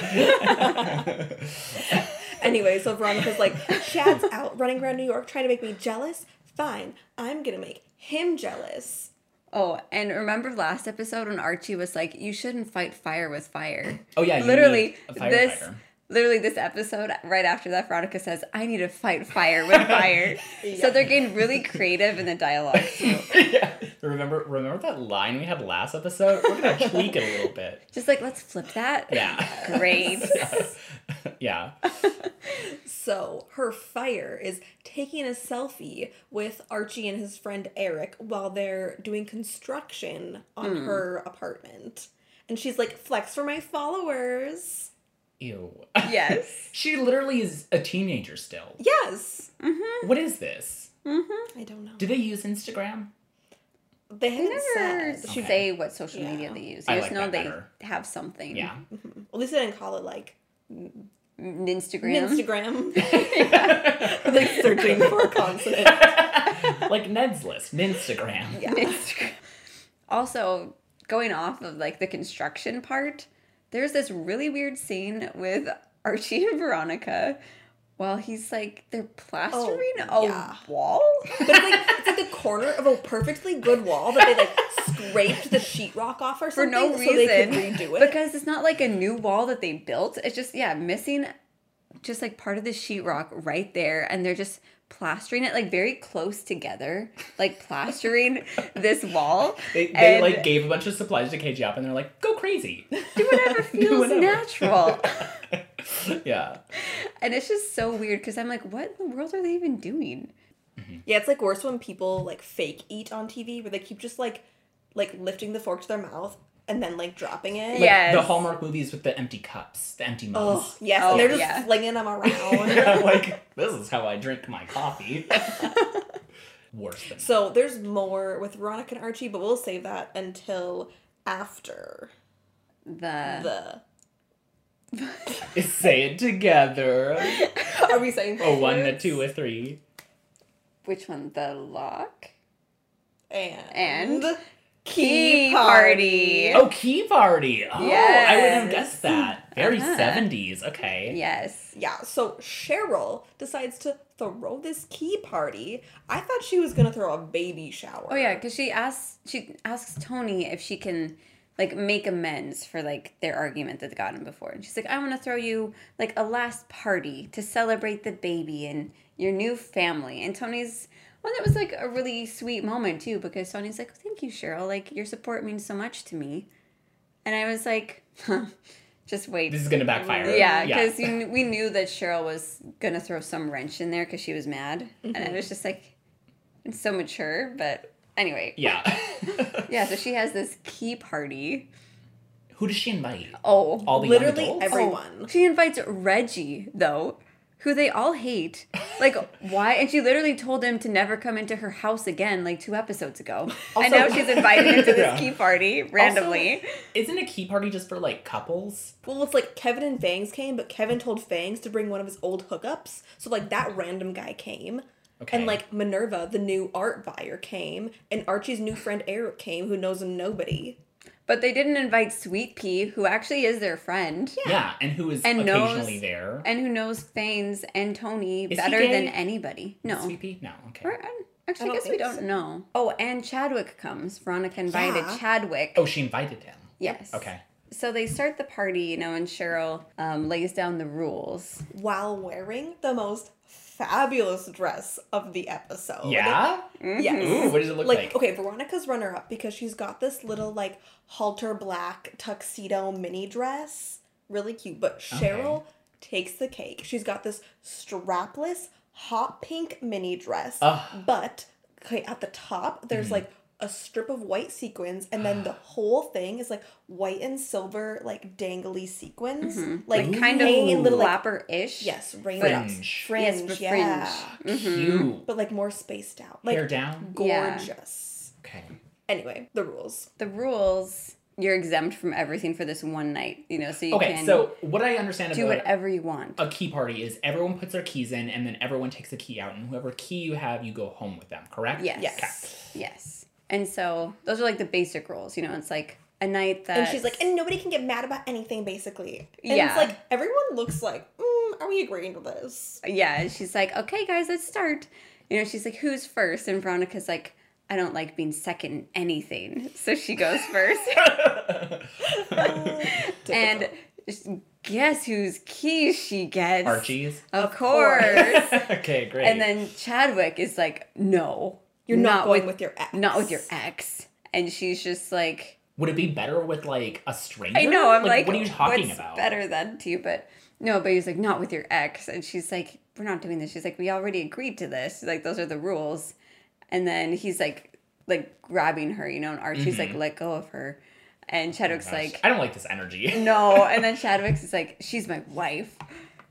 Speaker 1: Anyway, so Veronica's like, Chad's out running around New York trying to make me jealous. Fine, I'm gonna make him jealous.
Speaker 3: Oh, and remember last episode when Archie was like, "You shouldn't fight fire with fire."
Speaker 2: oh yeah, you
Speaker 3: literally
Speaker 2: need a
Speaker 3: this.
Speaker 2: firefighter.
Speaker 3: Literally, this episode right after that, Veronica says, "I need to fight fire with fire."
Speaker 1: Yeah.
Speaker 3: So they're getting really creative in the dialogue. too.
Speaker 2: yeah. Remember remember that line we had last episode? We're gonna tweak it a little bit.
Speaker 3: Just like let's flip that.
Speaker 2: Yeah.
Speaker 3: Great.
Speaker 2: yeah.
Speaker 1: So her fire is taking a selfie with Archie and his friend Eric while they're doing construction on her apartment. And she's like, flex for my followers.
Speaker 2: Ew.
Speaker 3: Yes.
Speaker 2: She literally is a teenager still.
Speaker 1: Yes.
Speaker 3: Mm-hmm.
Speaker 2: What is this?
Speaker 1: I don't know.
Speaker 2: Do they use Instagram?
Speaker 1: They
Speaker 3: They
Speaker 1: haven't
Speaker 3: never
Speaker 1: said.
Speaker 2: Okay.
Speaker 3: say what social
Speaker 1: Yeah.
Speaker 3: media they use.
Speaker 2: I
Speaker 3: You just
Speaker 2: like
Speaker 3: know
Speaker 2: that
Speaker 3: they
Speaker 2: better.
Speaker 3: have something.
Speaker 2: Yeah.
Speaker 1: At least they didn't call it like
Speaker 3: N- Instagram.
Speaker 1: Instagram. like searching for a consonant.
Speaker 2: like Ned's list, Instagram.
Speaker 3: Instagram. Also, going off of like the construction part, there's this really weird scene with Archie and Veronica while he's like they're plastering
Speaker 1: Oh,
Speaker 3: a
Speaker 1: yeah.
Speaker 3: wall.
Speaker 1: But it's like it's like the corner of a perfectly good wall that they like scraped the sheetrock off or
Speaker 3: For
Speaker 1: something
Speaker 3: no
Speaker 1: so
Speaker 3: reason,
Speaker 1: they could redo it.
Speaker 3: because it's not like a new wall that they built. It's just yeah, missing just like part of the sheetrock right there, and they're just plastering it like very close together, like plastering this wall.
Speaker 2: They, they
Speaker 3: And-
Speaker 2: like gave a bunch of supplies to KJOP and they're like, go crazy.
Speaker 3: do whatever feels
Speaker 2: whatever.
Speaker 3: natural.
Speaker 2: yeah.
Speaker 3: and it's just so weird because I'm like, what in the world are they even doing?
Speaker 1: yeah, it's like worse when people like fake eat on TV where they keep just like like lifting the fork to their mouth and then like dropping it.
Speaker 3: Yeah.
Speaker 2: The
Speaker 3: Yes.
Speaker 2: Hallmark movies with the empty cups, the empty
Speaker 1: Oh
Speaker 2: mugs.
Speaker 1: yes,
Speaker 3: Oh,
Speaker 1: and they're just
Speaker 3: yeah.
Speaker 1: flinging them around.
Speaker 2: Yeah, like, this is how I drink my coffee. Worse than
Speaker 1: so there's more with Veronica and Archie, but we'll save that until after
Speaker 3: The,
Speaker 1: the.
Speaker 2: Say it together.
Speaker 1: Are we saying
Speaker 2: A Oh, one, a two, eh? a three.
Speaker 3: which one? The lock
Speaker 1: and
Speaker 3: and
Speaker 1: Key
Speaker 3: Key
Speaker 1: party.
Speaker 3: party.
Speaker 2: Oh, key party. Oh, I wouldn't have
Speaker 3: Yes.
Speaker 2: guessed that. Very
Speaker 3: Uh-huh.
Speaker 2: 70s. Okay.
Speaker 3: Yes.
Speaker 1: Yeah, so Cheryl decides to throw this key party. I thought she was gonna throw a baby shower.
Speaker 3: Oh yeah, because she asks she asks Tony if she can like make amends for like their argument that they got in before, and she's like, "I want to throw you like a last party to celebrate the baby and your new family." And Tony's well, that was like a really sweet moment too, because Tony's like, "Thank you, Cheryl. Like your support means so much to me," and I was like, "Just wait."
Speaker 2: This is going to backfire.
Speaker 3: Yeah, because we knew that Cheryl was gonna throw some wrench in there because she was mad, and
Speaker 2: Mm-hmm.
Speaker 3: I was just like, it's so mature. But anyway,
Speaker 2: Yeah.
Speaker 3: yeah. So she has this key party.
Speaker 2: Who does she invite?
Speaker 3: Oh,
Speaker 2: All the young
Speaker 1: Literally
Speaker 2: adults?
Speaker 1: every- everyone.
Speaker 3: she invites Reggie though, who they all hate. Like why? And she literally told him to never come into her house again, like two episodes ago. and now
Speaker 1: Also-
Speaker 3: she's inviting him to this
Speaker 2: Yeah.
Speaker 3: key party randomly.
Speaker 2: Also, isn't a key party just for like couples?
Speaker 1: Well, it's like Kevin and Fangs came, but Kevin told Fangs to bring one of his old hookups. So like that random guy came.
Speaker 2: Okay.
Speaker 1: And like Minerva, the new art buyer, came, and Archie's new friend Eric came, who knows nobody.
Speaker 3: but they didn't invite Sweet Pea, who actually is their friend.
Speaker 2: Yeah, and who is
Speaker 3: And knows-
Speaker 2: occasionally there?
Speaker 3: and who knows Fanes and Tony
Speaker 2: he
Speaker 3: better
Speaker 2: gay?
Speaker 3: than anybody. No.
Speaker 2: Sweetie? No. Okay.
Speaker 3: Or, um, actually,
Speaker 1: I
Speaker 3: I,
Speaker 1: don't
Speaker 3: guess we
Speaker 1: think
Speaker 3: don't
Speaker 1: so.
Speaker 3: know. Oh, and Chadwick comes. Veronica invited
Speaker 1: Yeah.
Speaker 3: Chadwick.
Speaker 2: Oh, she invited him.
Speaker 3: Yes.
Speaker 2: Okay.
Speaker 3: So they start the party, you know, and Cheryl um, lays down the rules.
Speaker 1: While wearing the most fabulous dress of the episode.
Speaker 3: Oh,
Speaker 2: Yeah.
Speaker 3: Mm-hmm.
Speaker 1: Yes.
Speaker 2: Ooh, what does it look like?
Speaker 1: like okay, Veronica's runner up because she's got this little like halter black tuxedo mini dress. Really cute. But Cheryl takes the cake. She's got this strapless hot pink mini dress.
Speaker 2: Ugh. Mm.
Speaker 1: But okay, at the top there's like a strip of white sequins and then the whole thing is like white and silver like dangly sequins. Like,
Speaker 3: Like, kind of
Speaker 1: hanging
Speaker 3: little
Speaker 1: little like,
Speaker 3: flapper ish.
Speaker 1: yes, raindrops.
Speaker 2: Fringe.
Speaker 3: Yes,
Speaker 1: Fringe,
Speaker 3: Mm-hmm. but
Speaker 1: yeah.
Speaker 2: Cute.
Speaker 1: But like more spaced out. Like
Speaker 2: Hair down.
Speaker 3: Yeah.
Speaker 1: gorgeous.
Speaker 2: Okay.
Speaker 1: Anyway, the rules.
Speaker 3: The rules, you're exempt from everything for this one night, you know, so you
Speaker 2: Okay.
Speaker 3: can
Speaker 2: So what I understand
Speaker 3: do
Speaker 2: about
Speaker 3: whatever you want.
Speaker 2: a key party is everyone puts their keys in and then everyone takes a key out and whoever key you have you go home with them correct
Speaker 3: Yes.
Speaker 1: Oh.
Speaker 2: Okay.
Speaker 3: Yes. And so those are like the basic rules, you know, it's like a night that.
Speaker 1: And she's like, and nobody can get mad about anything, basically. And
Speaker 3: Yeah.
Speaker 1: it's like, everyone looks like, mm, are we agreeing to this?
Speaker 3: yeah, and she's like, okay, guys, let's start. You know, she's like, who's first? And Veronica's like, I don't like being second in anything. So she goes first. and guess whose keys she gets?
Speaker 2: archie's
Speaker 3: Of,
Speaker 1: course.
Speaker 3: course.
Speaker 2: okay great
Speaker 3: and then Chadwick is like, no.
Speaker 1: You're not, going with, your ex.
Speaker 3: Not with your ex. And she's just like,
Speaker 2: would it be better with like a stranger
Speaker 3: I know. I'm like,
Speaker 2: what are you talking
Speaker 3: what's
Speaker 2: about Oh
Speaker 3: Better than to you, but no. But he's like, not with your ex, and she's like, we're not doing this. She's like, we already agreed to this. Like those are the rules. And then he's like, like grabbing her, you know, and Archie's
Speaker 2: Mm-hmm.
Speaker 3: like, let go of her, and Chadwick's
Speaker 2: Gosh,
Speaker 3: like,
Speaker 2: i don't like this energy
Speaker 3: no. And then Chadwick's is like, she's my wife,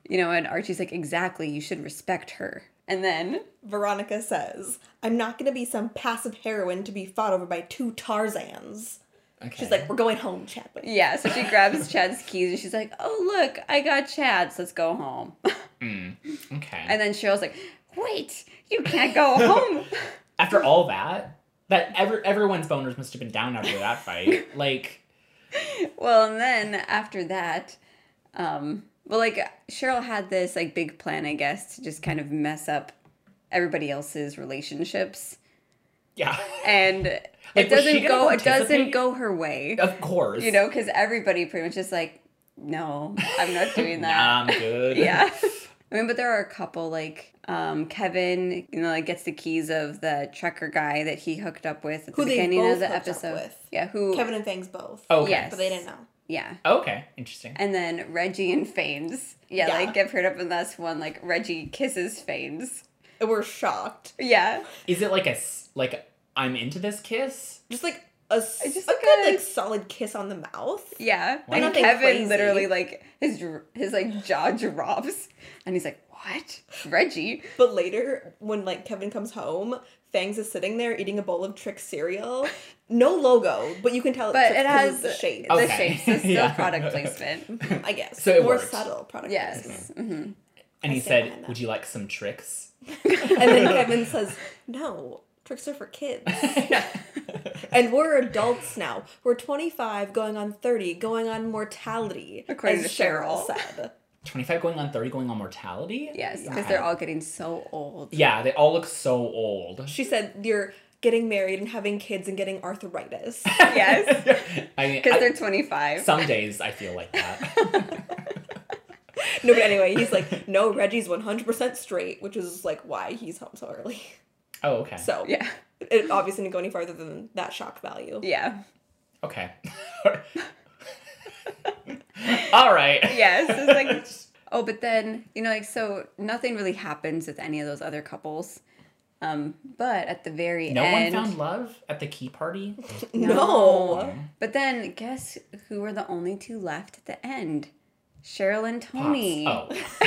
Speaker 3: you know, and Archie's like, exactly, you should respect her. And then
Speaker 1: Veronica says, I'm not going to be some passive heroine to be fought over by two Tarzans.
Speaker 2: okay.
Speaker 1: She's like, we're going home, Chadwick.
Speaker 3: yeah, so she grabs Chad's keys and she's like, oh look, I got Chad's. Let's go home.
Speaker 2: okay
Speaker 3: And then Cheryl's like, wait, you can't go home.
Speaker 2: after all that that ever everyone's boners must have been down after that fight like
Speaker 3: well, and then after that, um, well, like Cheryl had this like big plan, I guess, to just kind of mess up everybody else's relationships,
Speaker 2: yeah
Speaker 3: and
Speaker 2: Like,
Speaker 3: it
Speaker 2: was she gonna
Speaker 3: doesn't go. It doesn't
Speaker 2: participate?
Speaker 3: go her way,
Speaker 2: of course
Speaker 3: you know, because everybody pretty much is like, no, I'm not doing that.
Speaker 2: nah, i'm good
Speaker 3: yeah. I mean, but there are a couple like um, Kevin, you know, like gets the keys of the trucker guy that he hooked up with at
Speaker 1: Who
Speaker 3: the
Speaker 1: they
Speaker 3: beginning
Speaker 1: both
Speaker 3: of the
Speaker 1: hooked up
Speaker 3: episode.
Speaker 1: with.
Speaker 3: Yeah, who?
Speaker 1: Kevin and Fangs both.
Speaker 2: okay
Speaker 3: Oh, Yes.
Speaker 1: But they didn't know.
Speaker 3: Yeah,
Speaker 2: okay interesting
Speaker 3: and then Reggie and Fanes. Yeah,
Speaker 1: Yeah.
Speaker 3: like I've heard of in this one, like Reggie kisses Fanes.
Speaker 1: And we're shocked.
Speaker 3: Yeah,
Speaker 2: is it like a s- like a, i'm into this kiss
Speaker 1: Just like a, s-
Speaker 3: just
Speaker 1: a
Speaker 3: like
Speaker 1: good,
Speaker 3: a-
Speaker 1: like, solid kiss on the mouth.
Speaker 3: yeah.
Speaker 2: Why
Speaker 3: and
Speaker 1: nothing
Speaker 3: Kevin
Speaker 1: crazy?
Speaker 3: literally like his dr- his like jaw drops, and he's like, "What, Reggie?"
Speaker 1: But later, when like Kevin comes home, Fangs is sitting there eating a bowl of Trick cereal. No logo, but you can tell.
Speaker 3: But
Speaker 1: Trix
Speaker 3: it
Speaker 1: 'cause
Speaker 3: has
Speaker 1: it's the shape.
Speaker 3: The
Speaker 2: Okay.
Speaker 3: shape, so still
Speaker 2: Yeah.
Speaker 3: product placement.
Speaker 1: I guess.
Speaker 2: Oh. So it
Speaker 1: more
Speaker 2: works.
Speaker 1: subtle product. placement.
Speaker 3: Yes. hmm
Speaker 2: and he
Speaker 1: stand behind
Speaker 2: said
Speaker 1: that.
Speaker 2: would you like some tricks
Speaker 1: And then Kevin says, "No, Tricks are for kids. and we're adults now. We're 25, going on 30, going on mortality.
Speaker 3: According
Speaker 1: as
Speaker 3: to Cheryl.
Speaker 1: said.
Speaker 2: 25 going on 30 going on mortality?
Speaker 3: Yes, because
Speaker 2: Yeah.
Speaker 3: they're all getting so old.
Speaker 2: Yeah, they all look so old.
Speaker 1: She said you're getting married and having kids and getting arthritis.
Speaker 3: yes,
Speaker 2: I mean,
Speaker 3: because
Speaker 2: I-
Speaker 3: they're 25.
Speaker 2: some days I feel like that.
Speaker 1: no, but anyway, he's like, no, Reggie's 100% straight, which is like why he's home so early.
Speaker 2: Oh, okay.
Speaker 1: So
Speaker 3: yeah,
Speaker 1: it obviously didn't go any farther than that shock value.
Speaker 3: yeah,
Speaker 2: Okay. all right.
Speaker 3: yes. It's like, oh, but then you know, like, so nothing really happens with any of those other couples. Um, but at the very
Speaker 2: No
Speaker 3: end,
Speaker 2: one found love at the key party?
Speaker 1: No.
Speaker 3: But then guess who were the only two left at the end? Cheryl and Tony.
Speaker 2: Pops. Oh.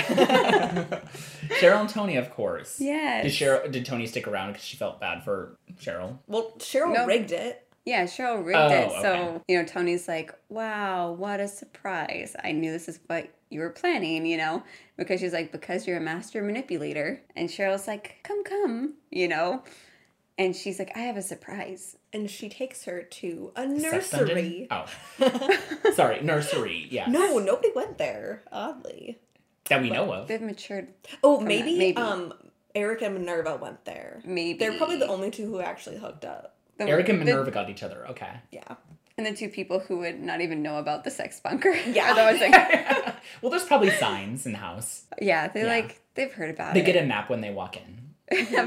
Speaker 2: Cheryl and Tony, of course.
Speaker 3: Yes.
Speaker 2: Did Cheryl did Tony stick around because she felt bad for Cheryl?
Speaker 1: Well, Cheryl
Speaker 3: No.
Speaker 1: rigged it.
Speaker 3: Yeah, Cheryl rigged
Speaker 2: Oh,
Speaker 3: it.
Speaker 2: okay.
Speaker 3: So, you know, Tony's like, wow, what a surprise. I knew this is what you were planning, you know, because she's like, because you're a master manipulator. And Cheryl's like, come, come, you know. And she's like, I have a surprise.
Speaker 1: And she takes her to a
Speaker 2: Sex dungeon?
Speaker 1: nursery.
Speaker 2: Oh. Sorry, nursery. Yeah.
Speaker 1: No, nobody went there, oddly.
Speaker 2: That we know of.
Speaker 3: They've matured,
Speaker 1: Oh,
Speaker 3: that,
Speaker 1: maybe,
Speaker 3: maybe.
Speaker 1: um Eric and Minerva went there.
Speaker 3: maybe.
Speaker 1: They're probably the only two who actually hooked up.
Speaker 3: the,
Speaker 2: Eric and
Speaker 3: the-
Speaker 2: Minerva got each other. Okay.
Speaker 1: Yeah.
Speaker 3: and the two people who would not even know about the sex bunker.
Speaker 1: Yeah.
Speaker 3: Are the ones like,
Speaker 2: well, there's probably signs in the house.
Speaker 3: yeah, they
Speaker 2: Yeah.
Speaker 3: like, they've heard about
Speaker 2: They
Speaker 3: it.
Speaker 2: get a map when they walk in.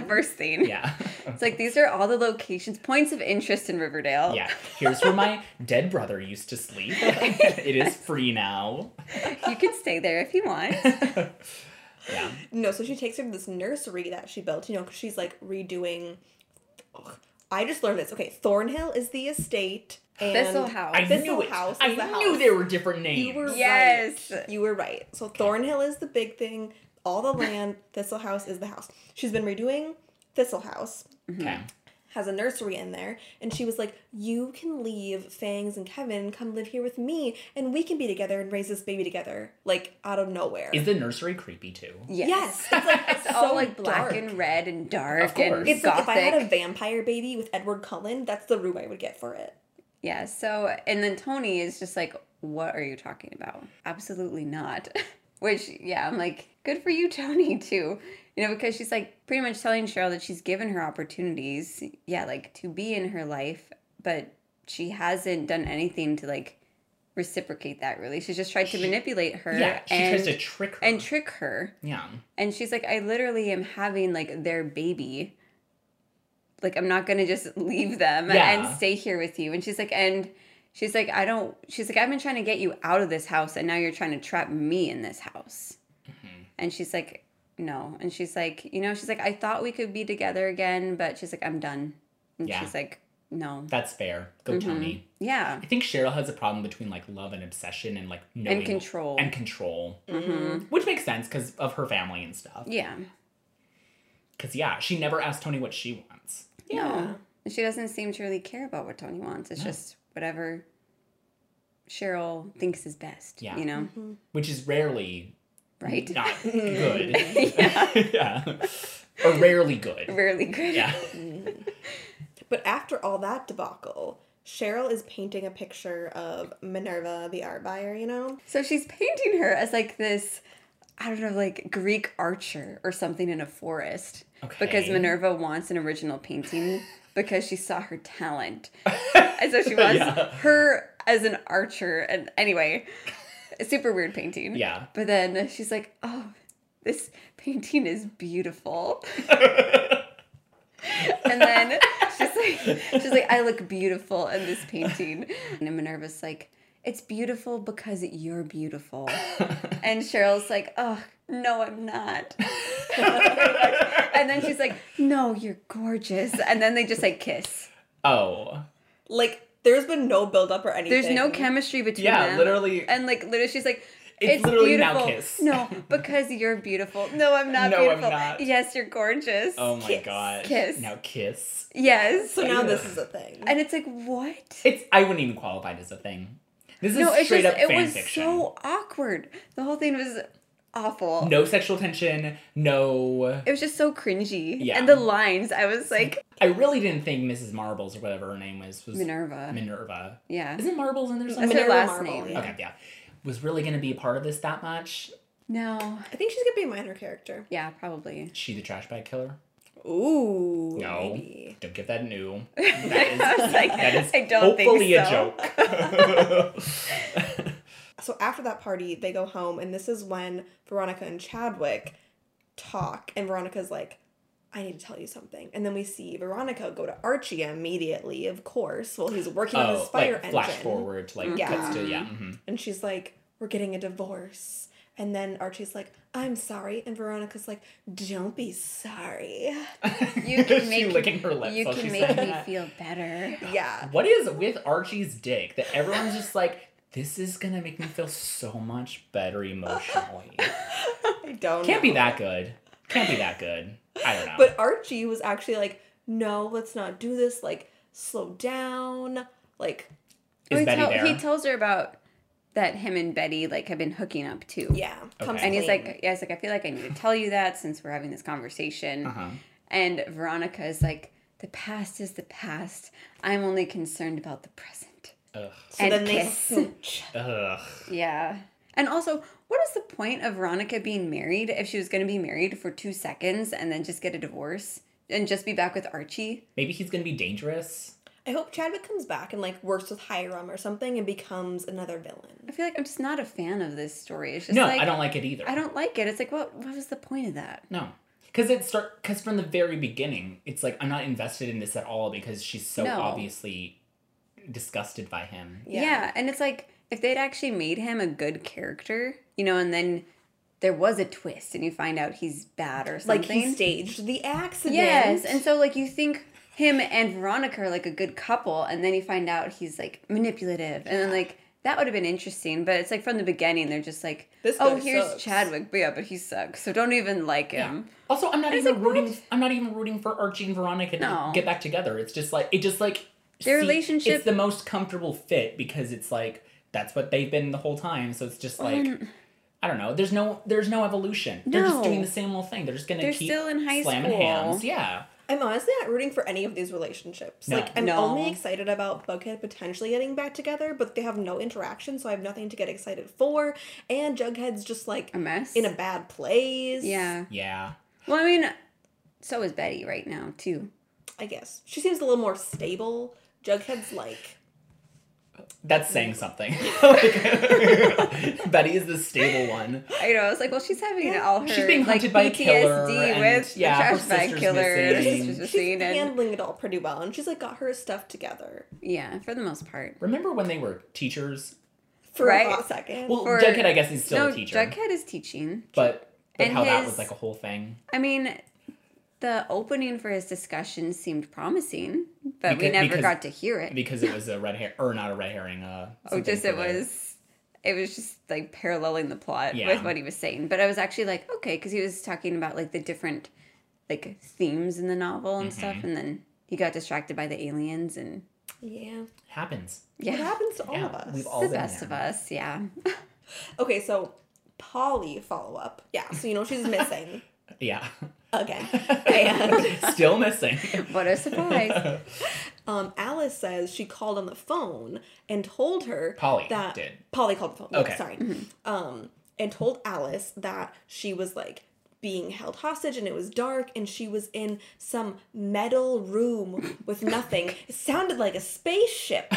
Speaker 3: First thing.
Speaker 2: Yeah.
Speaker 3: It's like these are all the locations, points of interest in
Speaker 1: Oh.
Speaker 3: Riverdale.
Speaker 2: Yeah. Here's where my dead brother used to sleep. it is free now.
Speaker 1: Oh,
Speaker 3: You can stay there if you want.
Speaker 2: Yeah.
Speaker 1: No, so she takes her to this nursery that she built, you know, because she's like redoing. Ugh, I just learned this. Okay, Thornhill is the estate. And
Speaker 3: Thistle House.
Speaker 2: I
Speaker 1: Thistle
Speaker 2: knew it.
Speaker 1: House is
Speaker 2: I
Speaker 1: the
Speaker 2: knew
Speaker 1: house.
Speaker 2: there were different names.
Speaker 1: You were
Speaker 3: Yes.
Speaker 1: right. You were right. So Thornhill is the big thing. All the land. Thistle House is the house. She's been redoing Thistle House.
Speaker 2: Okay.
Speaker 1: Mhm. Has a nursery in there, and she was like, "You can leave Fangs and Kevin, come live here with me, and we can be together and raise this baby together." Like out of nowhere.
Speaker 2: Is the nursery creepy too?
Speaker 3: Yes.
Speaker 1: yes. It's like it's
Speaker 3: It's all like
Speaker 1: dark.
Speaker 3: black and red and
Speaker 2: Of
Speaker 3: dark
Speaker 2: course.
Speaker 3: and
Speaker 1: It's
Speaker 3: gothic.
Speaker 1: like if I had a vampire baby with Edward Cullen, that's the room I would get for it.
Speaker 3: yeah. So and then Tony is just like, "What are you talking about? Absolutely not." Which yeah, I'm like, good for you, Tony, too. You know, because she's like pretty much telling Cheryl that she's given her opportunities, yeah, like to be in her life, but she hasn't done anything to like reciprocate that really. She's just tried to manipulate her
Speaker 2: Yeah. She
Speaker 3: and
Speaker 2: tries to trick her.
Speaker 3: and trick her.
Speaker 2: yeah.
Speaker 3: And she's like, I literally am having like their baby. Like, I'm not gonna just leave them
Speaker 2: Yeah.
Speaker 3: and stay here with you. And she's like, and she's like, I don't, she's like, I've been trying to get you out of this house and now you're trying to trap me in this house.
Speaker 2: Mm-hmm.
Speaker 3: And she's like, no. And she's like, you know, she's like, I thought we could be together again, but she's like, I'm done. And
Speaker 2: Yeah.
Speaker 3: she's like, no.
Speaker 2: That's fair. Go
Speaker 3: Mm-hmm.
Speaker 2: Tony.
Speaker 3: Yeah.
Speaker 2: I think Cheryl has a problem between like love and obsession and like knowing
Speaker 3: control. Mm-hmm.
Speaker 2: and control, which makes sense because of her family and stuff.
Speaker 3: Yeah.
Speaker 2: Because yeah, she never asked Tony what she wants.
Speaker 1: Yeah.
Speaker 3: No. And she doesn't seem to really care about what Tony wants. It's just whatever Cheryl thinks is best.
Speaker 2: Yeah.
Speaker 3: You know?
Speaker 2: which is rarely
Speaker 3: Right?
Speaker 2: not good. yeah. Or rarely good.
Speaker 3: Really good.
Speaker 2: Yeah.
Speaker 1: But after all that debacle, Cheryl is painting a picture of Minerva the art buyer, you know?
Speaker 3: So she's painting her as like this, I don't know, like Greek archer or something in a forest. Because
Speaker 2: Okay.
Speaker 3: Minerva wants an original painting because she saw her talent. and so she wants
Speaker 2: Yeah.
Speaker 3: her as an archer. And anyway, a super weird painting.
Speaker 2: Yeah.
Speaker 3: But then she's like, oh, this painting is beautiful. and then she's like, she's like, I look beautiful in this painting. And Minerva's like, it's beautiful because you're beautiful. And Cheryl's like, oh, no, I'm not. and then she's like, no, you're gorgeous. And then they just like kiss.
Speaker 2: Oh.
Speaker 1: Like, there's been no buildup or anything.
Speaker 3: There's no chemistry between
Speaker 2: Yeah,
Speaker 3: them.
Speaker 2: literally-
Speaker 3: And like literally she's like
Speaker 2: It's
Speaker 3: it's,
Speaker 2: literally now
Speaker 3: beautiful.
Speaker 2: kiss.
Speaker 3: No, because you're beautiful. No, I'm not
Speaker 2: No, I'm
Speaker 3: beautiful.
Speaker 2: not.
Speaker 3: Yes, you're gorgeous.
Speaker 2: Oh my
Speaker 1: Kiss.
Speaker 2: god.
Speaker 3: Kiss.
Speaker 2: Now kiss.
Speaker 3: Yes.
Speaker 1: So now this is a thing.
Speaker 3: and it's like what?
Speaker 2: It's I wouldn't even qualify it as a thing. This is
Speaker 3: no, it's
Speaker 2: straight
Speaker 3: just
Speaker 2: up
Speaker 3: it
Speaker 2: fan
Speaker 3: was
Speaker 2: fiction.
Speaker 3: so awkward. The whole thing was awful.
Speaker 2: No sexual tension. No.
Speaker 3: It was just so cringy.
Speaker 2: Yeah.
Speaker 3: And the lines, I was like,
Speaker 2: I really didn't think Mrs. Marbles or whatever her name was was
Speaker 3: Minerva.
Speaker 2: Minerva.
Speaker 3: yeah.
Speaker 2: Isn't Marbles in there somewhere?
Speaker 3: That's her
Speaker 1: Minerva
Speaker 3: last
Speaker 1: Marble,
Speaker 3: name.
Speaker 1: yeah.
Speaker 2: Okay, yeah. Was really going to be a part of this that much.
Speaker 3: No.
Speaker 1: I think she's gonna be a minor character.
Speaker 3: Yeah, probably.
Speaker 2: She the trash bag killer?
Speaker 1: Ooh.
Speaker 2: No.
Speaker 1: maybe.
Speaker 2: Don't get that new.
Speaker 3: I was like,
Speaker 2: That is
Speaker 3: I don't think so.
Speaker 2: hopefully a joke.
Speaker 1: So after that party, they go home, and this is when Veronica and Chadwick talk, and Veronica's like, I need to tell you something. And then we see Veronica go to Archie immediately, of course, while he's working on his
Speaker 2: oh,
Speaker 1: fire
Speaker 2: like
Speaker 1: engine.
Speaker 2: flash forward to like
Speaker 1: Yeah.
Speaker 2: cuts to yeah. mhm.
Speaker 1: And she's like, We're getting a divorce. And then Archie's like, I'm sorry. And Veronica's like, Don't be sorry.
Speaker 3: You can
Speaker 2: She
Speaker 3: make
Speaker 2: licking her lips
Speaker 3: You
Speaker 2: while
Speaker 3: can
Speaker 2: she
Speaker 3: make
Speaker 2: said
Speaker 3: me
Speaker 2: that.
Speaker 3: feel better.
Speaker 1: Yeah.
Speaker 2: What is with Archie's dick that everyone's just like, this is gonna make me feel so much better emotionally.
Speaker 1: I don't
Speaker 2: Can't be
Speaker 1: know.
Speaker 2: that good. Can't be that good. I don't know.
Speaker 1: But Archie was actually like, No, let's not do this. Like, slow down. Like,
Speaker 2: is
Speaker 3: Oh, he,
Speaker 2: Betty
Speaker 3: tell-
Speaker 2: there?
Speaker 3: he tells her about that him and Betty like have been hooking up too.
Speaker 1: yeah. comes
Speaker 2: Okay.
Speaker 3: And he's
Speaker 1: clean.
Speaker 3: like, yeah, he's like, I feel like I need to tell you that since we're having this conversation.
Speaker 2: uh-huh.
Speaker 3: And Veronica is like, the past is the past. I'm only concerned about the present.
Speaker 2: Ugh.
Speaker 1: So
Speaker 3: and
Speaker 1: then they
Speaker 3: kiss.
Speaker 1: smooch.
Speaker 2: Ugh.
Speaker 3: Yeah. And also, what is the point of Veronica being married if she was going to be married for two seconds and then just get a divorce and just be back with Archie?
Speaker 2: Maybe he's gonna be dangerous.
Speaker 1: I hope Chadwick comes back and like works with Hiram or something and becomes another villain.
Speaker 3: I feel like I'm just not a fan of this story. It's just
Speaker 2: No,
Speaker 3: like,
Speaker 2: I don't like it either.
Speaker 3: I don't like it. It's like, what? What was the point of that?
Speaker 2: No, because it start because from the very beginning, it's like I'm not invested in this at all because she's so
Speaker 3: No.
Speaker 2: obviously disgusted by him.
Speaker 1: Yeah.
Speaker 3: Yeah. and it's like if they'd actually made him a good character, you know, and then there was a twist and you find out he's bad or something.
Speaker 1: Like he staged the accident.
Speaker 3: yes, and so like you think him and Veronica are like a good couple, and then you find out he's like manipulative, and then like that would have been interesting. But it's like from the beginning, they're just like,
Speaker 1: This
Speaker 3: oh,
Speaker 1: guy
Speaker 3: here's
Speaker 1: sucks."
Speaker 3: Chadwick, but yeah, but he sucks, so don't even like him.
Speaker 2: Also, I'm not
Speaker 3: It's
Speaker 2: even
Speaker 3: like,
Speaker 2: rooting. I'm not even rooting for Archie and Veronica to
Speaker 3: No.
Speaker 2: get back together. It's just like it just like
Speaker 3: Their relationship-
Speaker 2: It's the most comfortable fit because it's like that's what they've been the whole time. So it's just like. I don't know. There's no there's no evolution. They're just
Speaker 3: No.
Speaker 2: doing the same old thing. They're just gonna
Speaker 3: They're
Speaker 2: keep
Speaker 3: still in high
Speaker 2: slamming
Speaker 3: school.
Speaker 2: hams. Yeah.
Speaker 1: I'm honestly not rooting for any of these relationships.
Speaker 2: No.
Speaker 1: Like I'm
Speaker 3: No.
Speaker 1: only excited about Bughead potentially getting back together, but they have no interaction, so I have nothing to get excited for. And Jughead's just like
Speaker 3: A mess.
Speaker 1: in a bad place.
Speaker 3: Um, yeah.
Speaker 2: Yeah.
Speaker 3: Well, I mean, so is Betty right now too.
Speaker 1: I guess she seems a little more stable. Jughead's like
Speaker 2: That's saying something. Like, Betty is the stable one.
Speaker 3: I know. I was like, well, she's having all her
Speaker 2: She's being hunted
Speaker 3: like,
Speaker 2: by a
Speaker 3: PTSD
Speaker 2: killer and-
Speaker 3: with the
Speaker 2: yeah, her
Speaker 3: trash bag
Speaker 2: sister's
Speaker 3: killer.
Speaker 2: missing.
Speaker 3: She's
Speaker 2: She's
Speaker 3: just
Speaker 1: she's
Speaker 3: seen and
Speaker 1: handling it all pretty well, and she's like got her stuff together
Speaker 3: yeah, for the most part.
Speaker 2: Remember when they were teachers?
Speaker 1: for
Speaker 3: Right.
Speaker 1: a hot second.
Speaker 2: Well,
Speaker 3: For-
Speaker 2: Jughead, I guess, is still
Speaker 3: no,
Speaker 2: a teacher.
Speaker 3: Jughead is teaching.
Speaker 2: but but
Speaker 3: And
Speaker 2: how that
Speaker 3: his-
Speaker 2: was like a whole thing.
Speaker 3: I mean, the opening for his discussion seemed promising, but we
Speaker 2: Because-
Speaker 3: never
Speaker 2: because-
Speaker 3: got to hear it.
Speaker 2: Because it was a red hair, or not a red herring. Uh,
Speaker 3: Oh,
Speaker 2: something
Speaker 3: just
Speaker 2: for
Speaker 3: it
Speaker 2: the-
Speaker 3: was. It was just like paralleling the plot
Speaker 2: Yeah.
Speaker 3: with what he was saying, but I was actually like, okay, because he was talking about like the different like themes in the novel
Speaker 2: Mm-hmm.
Speaker 3: and stuff, and then he got distracted by the aliens and
Speaker 1: yeah.
Speaker 2: happens.
Speaker 3: yeah,
Speaker 1: It happens to all
Speaker 2: Yeah,
Speaker 1: of us.
Speaker 2: we've all
Speaker 3: the
Speaker 2: been
Speaker 3: best
Speaker 2: there.
Speaker 3: of us, yeah.
Speaker 1: Okay, so Polly follow up. Yeah, so you know she's missing
Speaker 2: Yeah,
Speaker 1: again. And
Speaker 2: still missing.
Speaker 3: What a surprise.
Speaker 1: um, Alice says she called on the phone and told her
Speaker 2: Polly
Speaker 1: that
Speaker 2: did.
Speaker 1: Polly called the phone. yeah,
Speaker 2: Okay.
Speaker 1: sorry.
Speaker 3: Mm-hmm.
Speaker 1: Um, and told Alice that she was like being held hostage and it was dark and she was in some metal room with nothing. It sounded like a spaceship.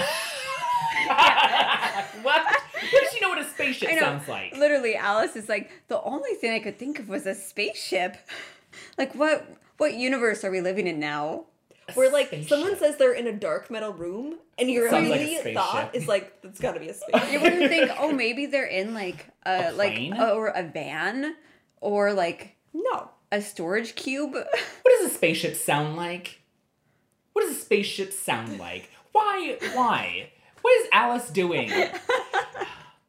Speaker 2: what? How does she know what a spaceship
Speaker 3: I know.
Speaker 2: sounds like?
Speaker 3: Literally, Alice is like, the only thing I could think of was a spaceship. Like what what universe are we living in now?
Speaker 1: Where like someone
Speaker 2: Spaceship.
Speaker 1: says they're in a dark metal room and your
Speaker 2: Sounds like a
Speaker 1: immediate thought
Speaker 2: spaceship.
Speaker 1: is like, it's gotta be a spaceship.
Speaker 3: You wouldn't think, oh, maybe they're in like
Speaker 2: A
Speaker 3: a, like
Speaker 2: plane?
Speaker 3: or a van or like
Speaker 1: no.
Speaker 3: a storage cube.
Speaker 2: What does a spaceship sound like? What does a spaceship sound like? Why? Why? What is Alice doing?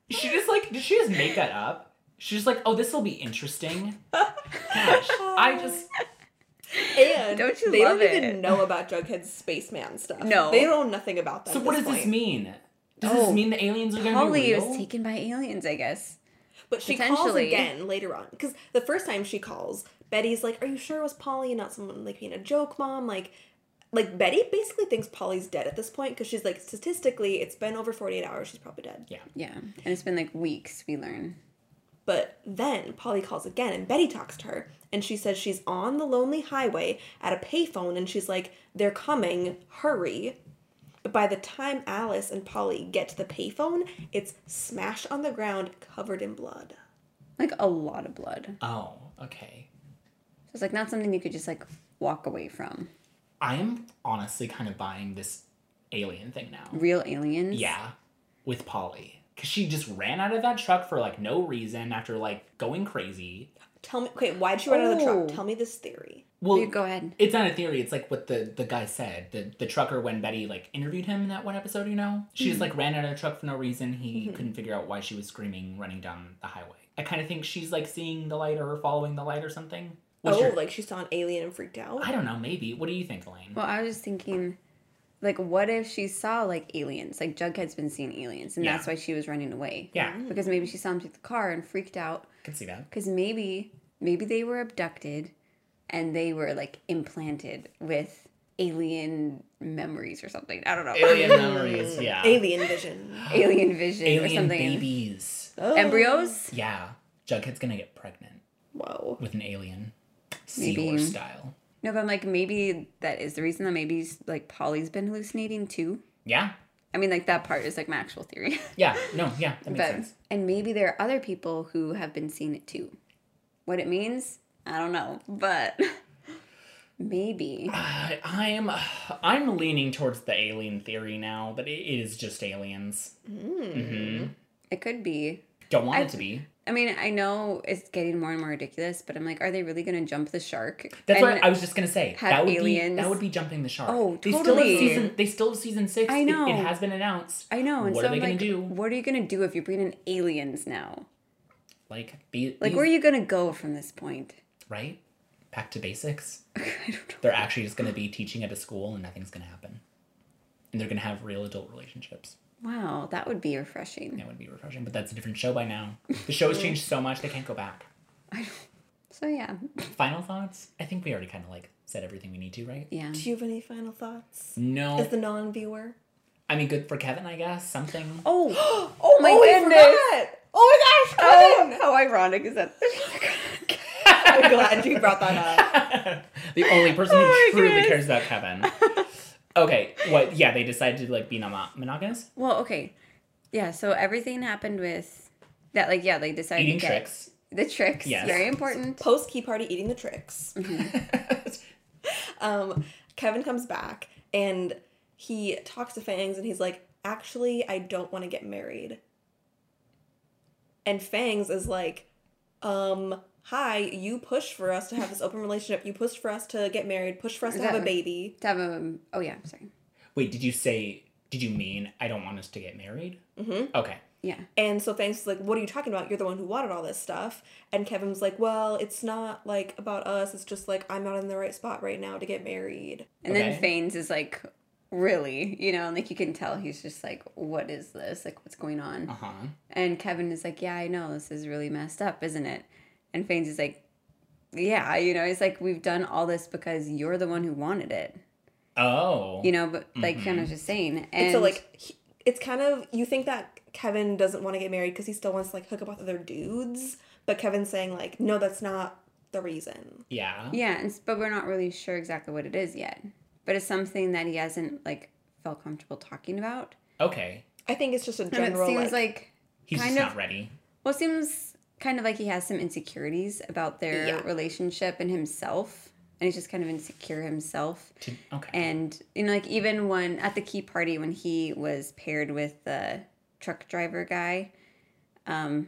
Speaker 2: She just like did she just make that up? She's just like, oh, this will be interesting. Gosh, I just
Speaker 1: And
Speaker 3: Don't you
Speaker 1: they
Speaker 3: love
Speaker 1: don't
Speaker 3: it?
Speaker 1: even know about Jughead's spaceman stuff.
Speaker 3: No.
Speaker 1: They know nothing about that.
Speaker 2: so
Speaker 1: at
Speaker 2: what
Speaker 1: this
Speaker 2: does this
Speaker 1: point.
Speaker 2: mean? Does
Speaker 3: Oh,
Speaker 2: this mean the aliens are gonna
Speaker 3: Polly
Speaker 2: be real?
Speaker 3: was taken by aliens, I guess.
Speaker 1: But she calls
Speaker 3: Potentially.
Speaker 1: again later on because the first time she calls, Betty's like, "Are you sure it was Polly and not someone like being a joke, mom?" Like, like Betty basically thinks Polly's dead at this point because she's like, statistically, it's been over forty eight hours. She's probably dead.
Speaker 2: Yeah.
Speaker 3: Yeah. And it's been like weeks, we learn.
Speaker 1: But then Polly calls again and Betty talks to her and she says she's on the lonely highway at a payphone and she's like, they're coming, hurry. But by the time Alice and Polly get to the payphone, it's smashed on the ground, covered in blood.
Speaker 3: Like a lot of blood.
Speaker 2: Oh, okay.
Speaker 3: So it's like not something you could just like walk away from.
Speaker 2: I am honestly kind of buying this alien thing now.
Speaker 3: Real aliens.
Speaker 2: Yeah, with Polly. Because she just ran out of that truck for like no reason after like going crazy.
Speaker 1: Tell me, okay, why'd she run out of the
Speaker 3: Oh.
Speaker 1: truck? Tell me this theory.
Speaker 2: Well,
Speaker 3: You go ahead.
Speaker 2: it's not a theory. It's like what the, the guy said. The, the trucker, when Betty like interviewed him in that one episode, you know? She
Speaker 1: Hmm.
Speaker 2: just like ran out of the truck for no reason. He couldn't figure out why she was screaming running down the highway. I kind of think she's like seeing the light or following the light or something. What's
Speaker 1: oh,
Speaker 2: your-
Speaker 1: like she saw an alien and freaked out.
Speaker 2: I don't know, maybe. What do you think, Elaine?
Speaker 3: Well, I was just thinking, like, what if she saw like aliens? Like Jughead's been seeing aliens, and
Speaker 2: Yeah.
Speaker 3: that's why she was running away.
Speaker 2: yeah, I
Speaker 3: Because maybe she saw him take the car and freaked out.
Speaker 2: can see that.
Speaker 3: Because maybe maybe they were abducted, and they were like implanted with alien memories or something. I don't know.
Speaker 2: Alien memories, yeah.
Speaker 1: Alien vision.
Speaker 3: alien vision or
Speaker 2: Alien
Speaker 3: something.
Speaker 2: babies.
Speaker 1: Oh.
Speaker 3: Embryos.
Speaker 2: Yeah. Jughead's gonna get pregnant
Speaker 1: Whoa.
Speaker 2: with an alien. Sea
Speaker 3: Maybe.
Speaker 2: horse style.
Speaker 3: No, but I'm like maybe that is the reason that maybe like Polly's been hallucinating too.
Speaker 2: Yeah.
Speaker 3: I mean, like that part is like my actual theory.
Speaker 2: Yeah. No, yeah, that makes
Speaker 3: but
Speaker 2: sense.
Speaker 3: and maybe there are other people who have been seeing it too. What it means, I don't know, but maybe
Speaker 2: I, Uh, I'm I'm leaning towards the alien theory now, but it, it is just aliens. hmm
Speaker 3: it could be.
Speaker 2: Don't want
Speaker 3: I-
Speaker 2: it to be.
Speaker 3: I mean, I know it's getting more and more ridiculous, but I'm like, are they really gonna jump the shark?
Speaker 2: That's
Speaker 3: and
Speaker 2: what I was just gonna say.
Speaker 3: have
Speaker 2: That would be
Speaker 3: aliens-
Speaker 2: that would be jumping the shark.
Speaker 3: Oh,
Speaker 2: They still have
Speaker 3: totally.
Speaker 2: season. They still have season six.
Speaker 3: I
Speaker 2: It- It,
Speaker 3: know.
Speaker 2: has been announced.
Speaker 3: I know, and
Speaker 2: What
Speaker 3: so
Speaker 2: are
Speaker 3: I'm
Speaker 2: they
Speaker 3: like,
Speaker 2: gonna do?
Speaker 3: what are you gonna do if you bring in aliens now?
Speaker 2: Like, be,
Speaker 3: Like,
Speaker 2: these-
Speaker 3: where are you gonna go from this point?
Speaker 2: right? Back to basics.
Speaker 3: I don't know.
Speaker 2: They're actually just gonna be teaching at a school, and nothing's gonna happen. And they're gonna have real adult relationships.
Speaker 3: Wow, that would be refreshing.
Speaker 2: That would be refreshing, but that's a different show by now. The show has changed so much they can't go back.
Speaker 3: So yeah,
Speaker 2: Final thoughts? I think we already kind of like said everything we need to, right?
Speaker 3: yeah.
Speaker 1: Do you have any final thoughts?
Speaker 2: No,
Speaker 1: As the non viewer?
Speaker 2: I mean, good for Kevin, I guess. Something.
Speaker 3: Oh,
Speaker 1: Oh
Speaker 3: my
Speaker 1: we
Speaker 3: goodness.
Speaker 1: forgot! Oh my gosh, Kevin!
Speaker 3: how ironic is that?
Speaker 1: I'm glad you brought that up.
Speaker 2: the only person who
Speaker 3: Oh my
Speaker 2: truly
Speaker 3: goodness.
Speaker 2: cares about Kevin. Okay, what? Yeah, they decided to like be not monogamous,
Speaker 3: Well, okay. Yeah, so everything happened with that, like, yeah, they decided
Speaker 2: eating
Speaker 3: to get
Speaker 2: tricks.
Speaker 3: the tricks.
Speaker 2: Yes.
Speaker 3: Very important. Mm-hmm.
Speaker 1: post key party eating the tricks. Um, Kevin comes back and he talks to Fangs and he's like, actually, I don't want to get married. And Fangs is like, um, hi, you pushed for us to have this open relationship. You pushed for us to get married, pushed for us to have a
Speaker 3: Yeah.
Speaker 1: baby.
Speaker 3: To have a, oh yeah, sorry.
Speaker 2: Wait, did you say? Did you mean I don't want us to get married? Mm-hmm. Okay.
Speaker 3: Yeah.
Speaker 1: And so Fangs is like, What are you talking about? You're the one who wanted all this stuff. And Kevin's like, Well, it's not like about us. It's just like, I'm not in the right spot right now to get married.
Speaker 3: And
Speaker 2: Okay.
Speaker 3: then Fanes is like, really, you know, and like you can tell he's just like, what is this? Like, what's going on?
Speaker 2: Uh huh.
Speaker 3: And Kevin is like, yeah, I know, this is really messed up, isn't it? And Fanes is like, yeah, you know, he's like, we've done all this because you're the one who wanted it,
Speaker 2: Oh.
Speaker 3: you know, but like Hannah was just saying. And
Speaker 1: And so Mm-hmm. like he, it's kind of you think that Kevin doesn't want to get married because he still wants to like hook up with other dudes, but Kevin's saying like no, that's not the reason.
Speaker 2: yeah.
Speaker 3: Yeah, and, s- but we're not really sure exactly what it is yet. But it's something that he hasn't like felt comfortable talking about.
Speaker 2: Okay.
Speaker 1: I think it's just a
Speaker 3: And it
Speaker 1: general
Speaker 3: seems like,
Speaker 1: like,
Speaker 2: He's
Speaker 3: Kind
Speaker 2: just not
Speaker 3: of-
Speaker 2: ready.
Speaker 3: well, it seems kind of like he has some insecurities about their
Speaker 1: Yeah.
Speaker 3: relationship and himself, and he's just kind of insecure himself.
Speaker 2: To, okay.
Speaker 3: And you know, like even when at the key party when he was paired with the truck driver guy, um,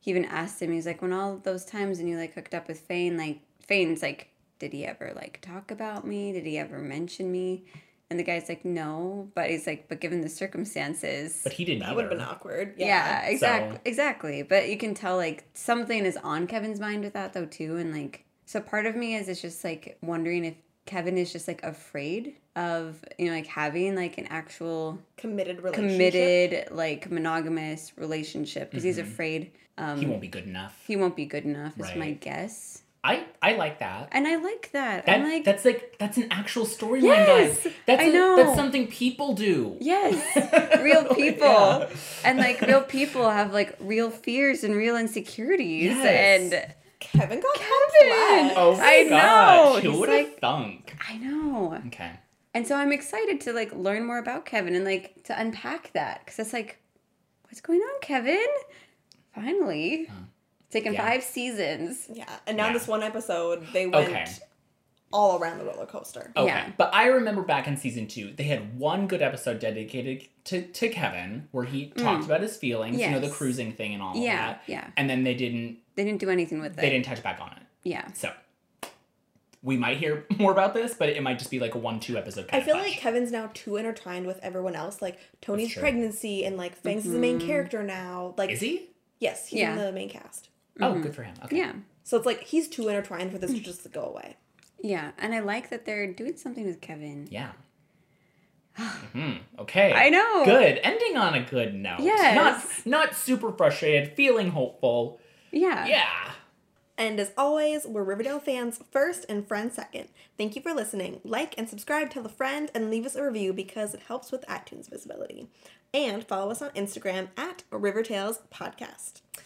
Speaker 3: he even asked him. He's like, when all those times when you like hooked up with Fane, like Fane's like, did he ever like talk about me? Did he ever mention me? And the guy's like, no. But he's like, but given the circumstances,
Speaker 2: but he didn't
Speaker 1: that would
Speaker 2: either.
Speaker 1: have been awkward.
Speaker 3: yeah, exactly,
Speaker 2: So-
Speaker 3: exactly. But you can tell like something is on Kevin's mind with that though too, and like so part of me is it's just like wondering if Kevin is just like afraid of, you know, like having like an actual
Speaker 1: Committed relationship.
Speaker 3: committed, like monogamous relationship because he's afraid um,
Speaker 2: Mm-hmm. He won't be good enough.
Speaker 3: he won't be good enough, is my
Speaker 2: Right.
Speaker 3: guess.
Speaker 2: I I like that.
Speaker 3: And I like that.
Speaker 2: That,
Speaker 3: I'm like,
Speaker 2: that's like that's an actual storyline,
Speaker 3: Yes!
Speaker 2: guys. That's
Speaker 3: I
Speaker 2: a-
Speaker 3: know.
Speaker 2: that's something people do.
Speaker 3: yes, real people.
Speaker 2: Oh, Yeah.
Speaker 3: And like real people have like real fears and real insecurities.
Speaker 2: Yes.
Speaker 3: And
Speaker 1: Kevin got
Speaker 3: Kevin!
Speaker 1: Kevin.
Speaker 2: Oh my
Speaker 3: I know.
Speaker 2: gosh,
Speaker 3: He's
Speaker 2: who would
Speaker 3: like-
Speaker 2: have thunk?
Speaker 3: I know.
Speaker 2: Okay.
Speaker 3: And so I'm excited to like learn more about Kevin and like to unpack that because it's like, what's going on, Kevin? Finally, it's taken
Speaker 2: Yeah.
Speaker 3: five seasons.
Speaker 1: Yeah, and now
Speaker 2: Yeah.
Speaker 1: this one episode, they went
Speaker 2: Okay.
Speaker 1: all around the roller coaster.
Speaker 2: Okay.
Speaker 3: Yeah.
Speaker 2: But I remember back in season two, they had one good episode dedicated to, to Kevin where he talked about his feelings, you know, the
Speaker 3: Mm. Yes.
Speaker 2: cruising thing and all
Speaker 3: yeah,
Speaker 2: of that.
Speaker 3: yeah.
Speaker 2: And then they didn't
Speaker 3: They didn't do anything with it.
Speaker 2: they didn't touch back on it.
Speaker 3: Yeah,
Speaker 2: So we might hear more about this, but it might just be like a one two episode
Speaker 1: I
Speaker 2: kind of
Speaker 1: feel
Speaker 2: bunch.
Speaker 1: like Kevin's now too intertwined with everyone else, like Tony's
Speaker 2: true.
Speaker 1: pregnancy and like Fangs is the main character now. Like
Speaker 2: Is he?
Speaker 1: Yes, he's in
Speaker 3: Yeah.
Speaker 1: the main cast.
Speaker 2: Oh, good for him. Okay.
Speaker 3: Mm-hmm. yeah,
Speaker 1: So it's like he's too intertwined for this to just go away.
Speaker 3: yeah. And I like that they're doing something with Kevin.
Speaker 2: Yeah. Mhm. Okay.
Speaker 3: I know.
Speaker 2: Good. Ending on a good note.
Speaker 3: Yes.
Speaker 2: Not not super frustrated, feeling hopeful.
Speaker 3: Yeah.
Speaker 2: Yeah.
Speaker 1: And as always, we're Riverdale fans first and friends second. Thank you for listening. Like and subscribe, tell a friend, and leave us a review because it helps with iTunes visibility. And follow us on Instagram at Rivertales Podcast.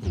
Speaker 4: boom.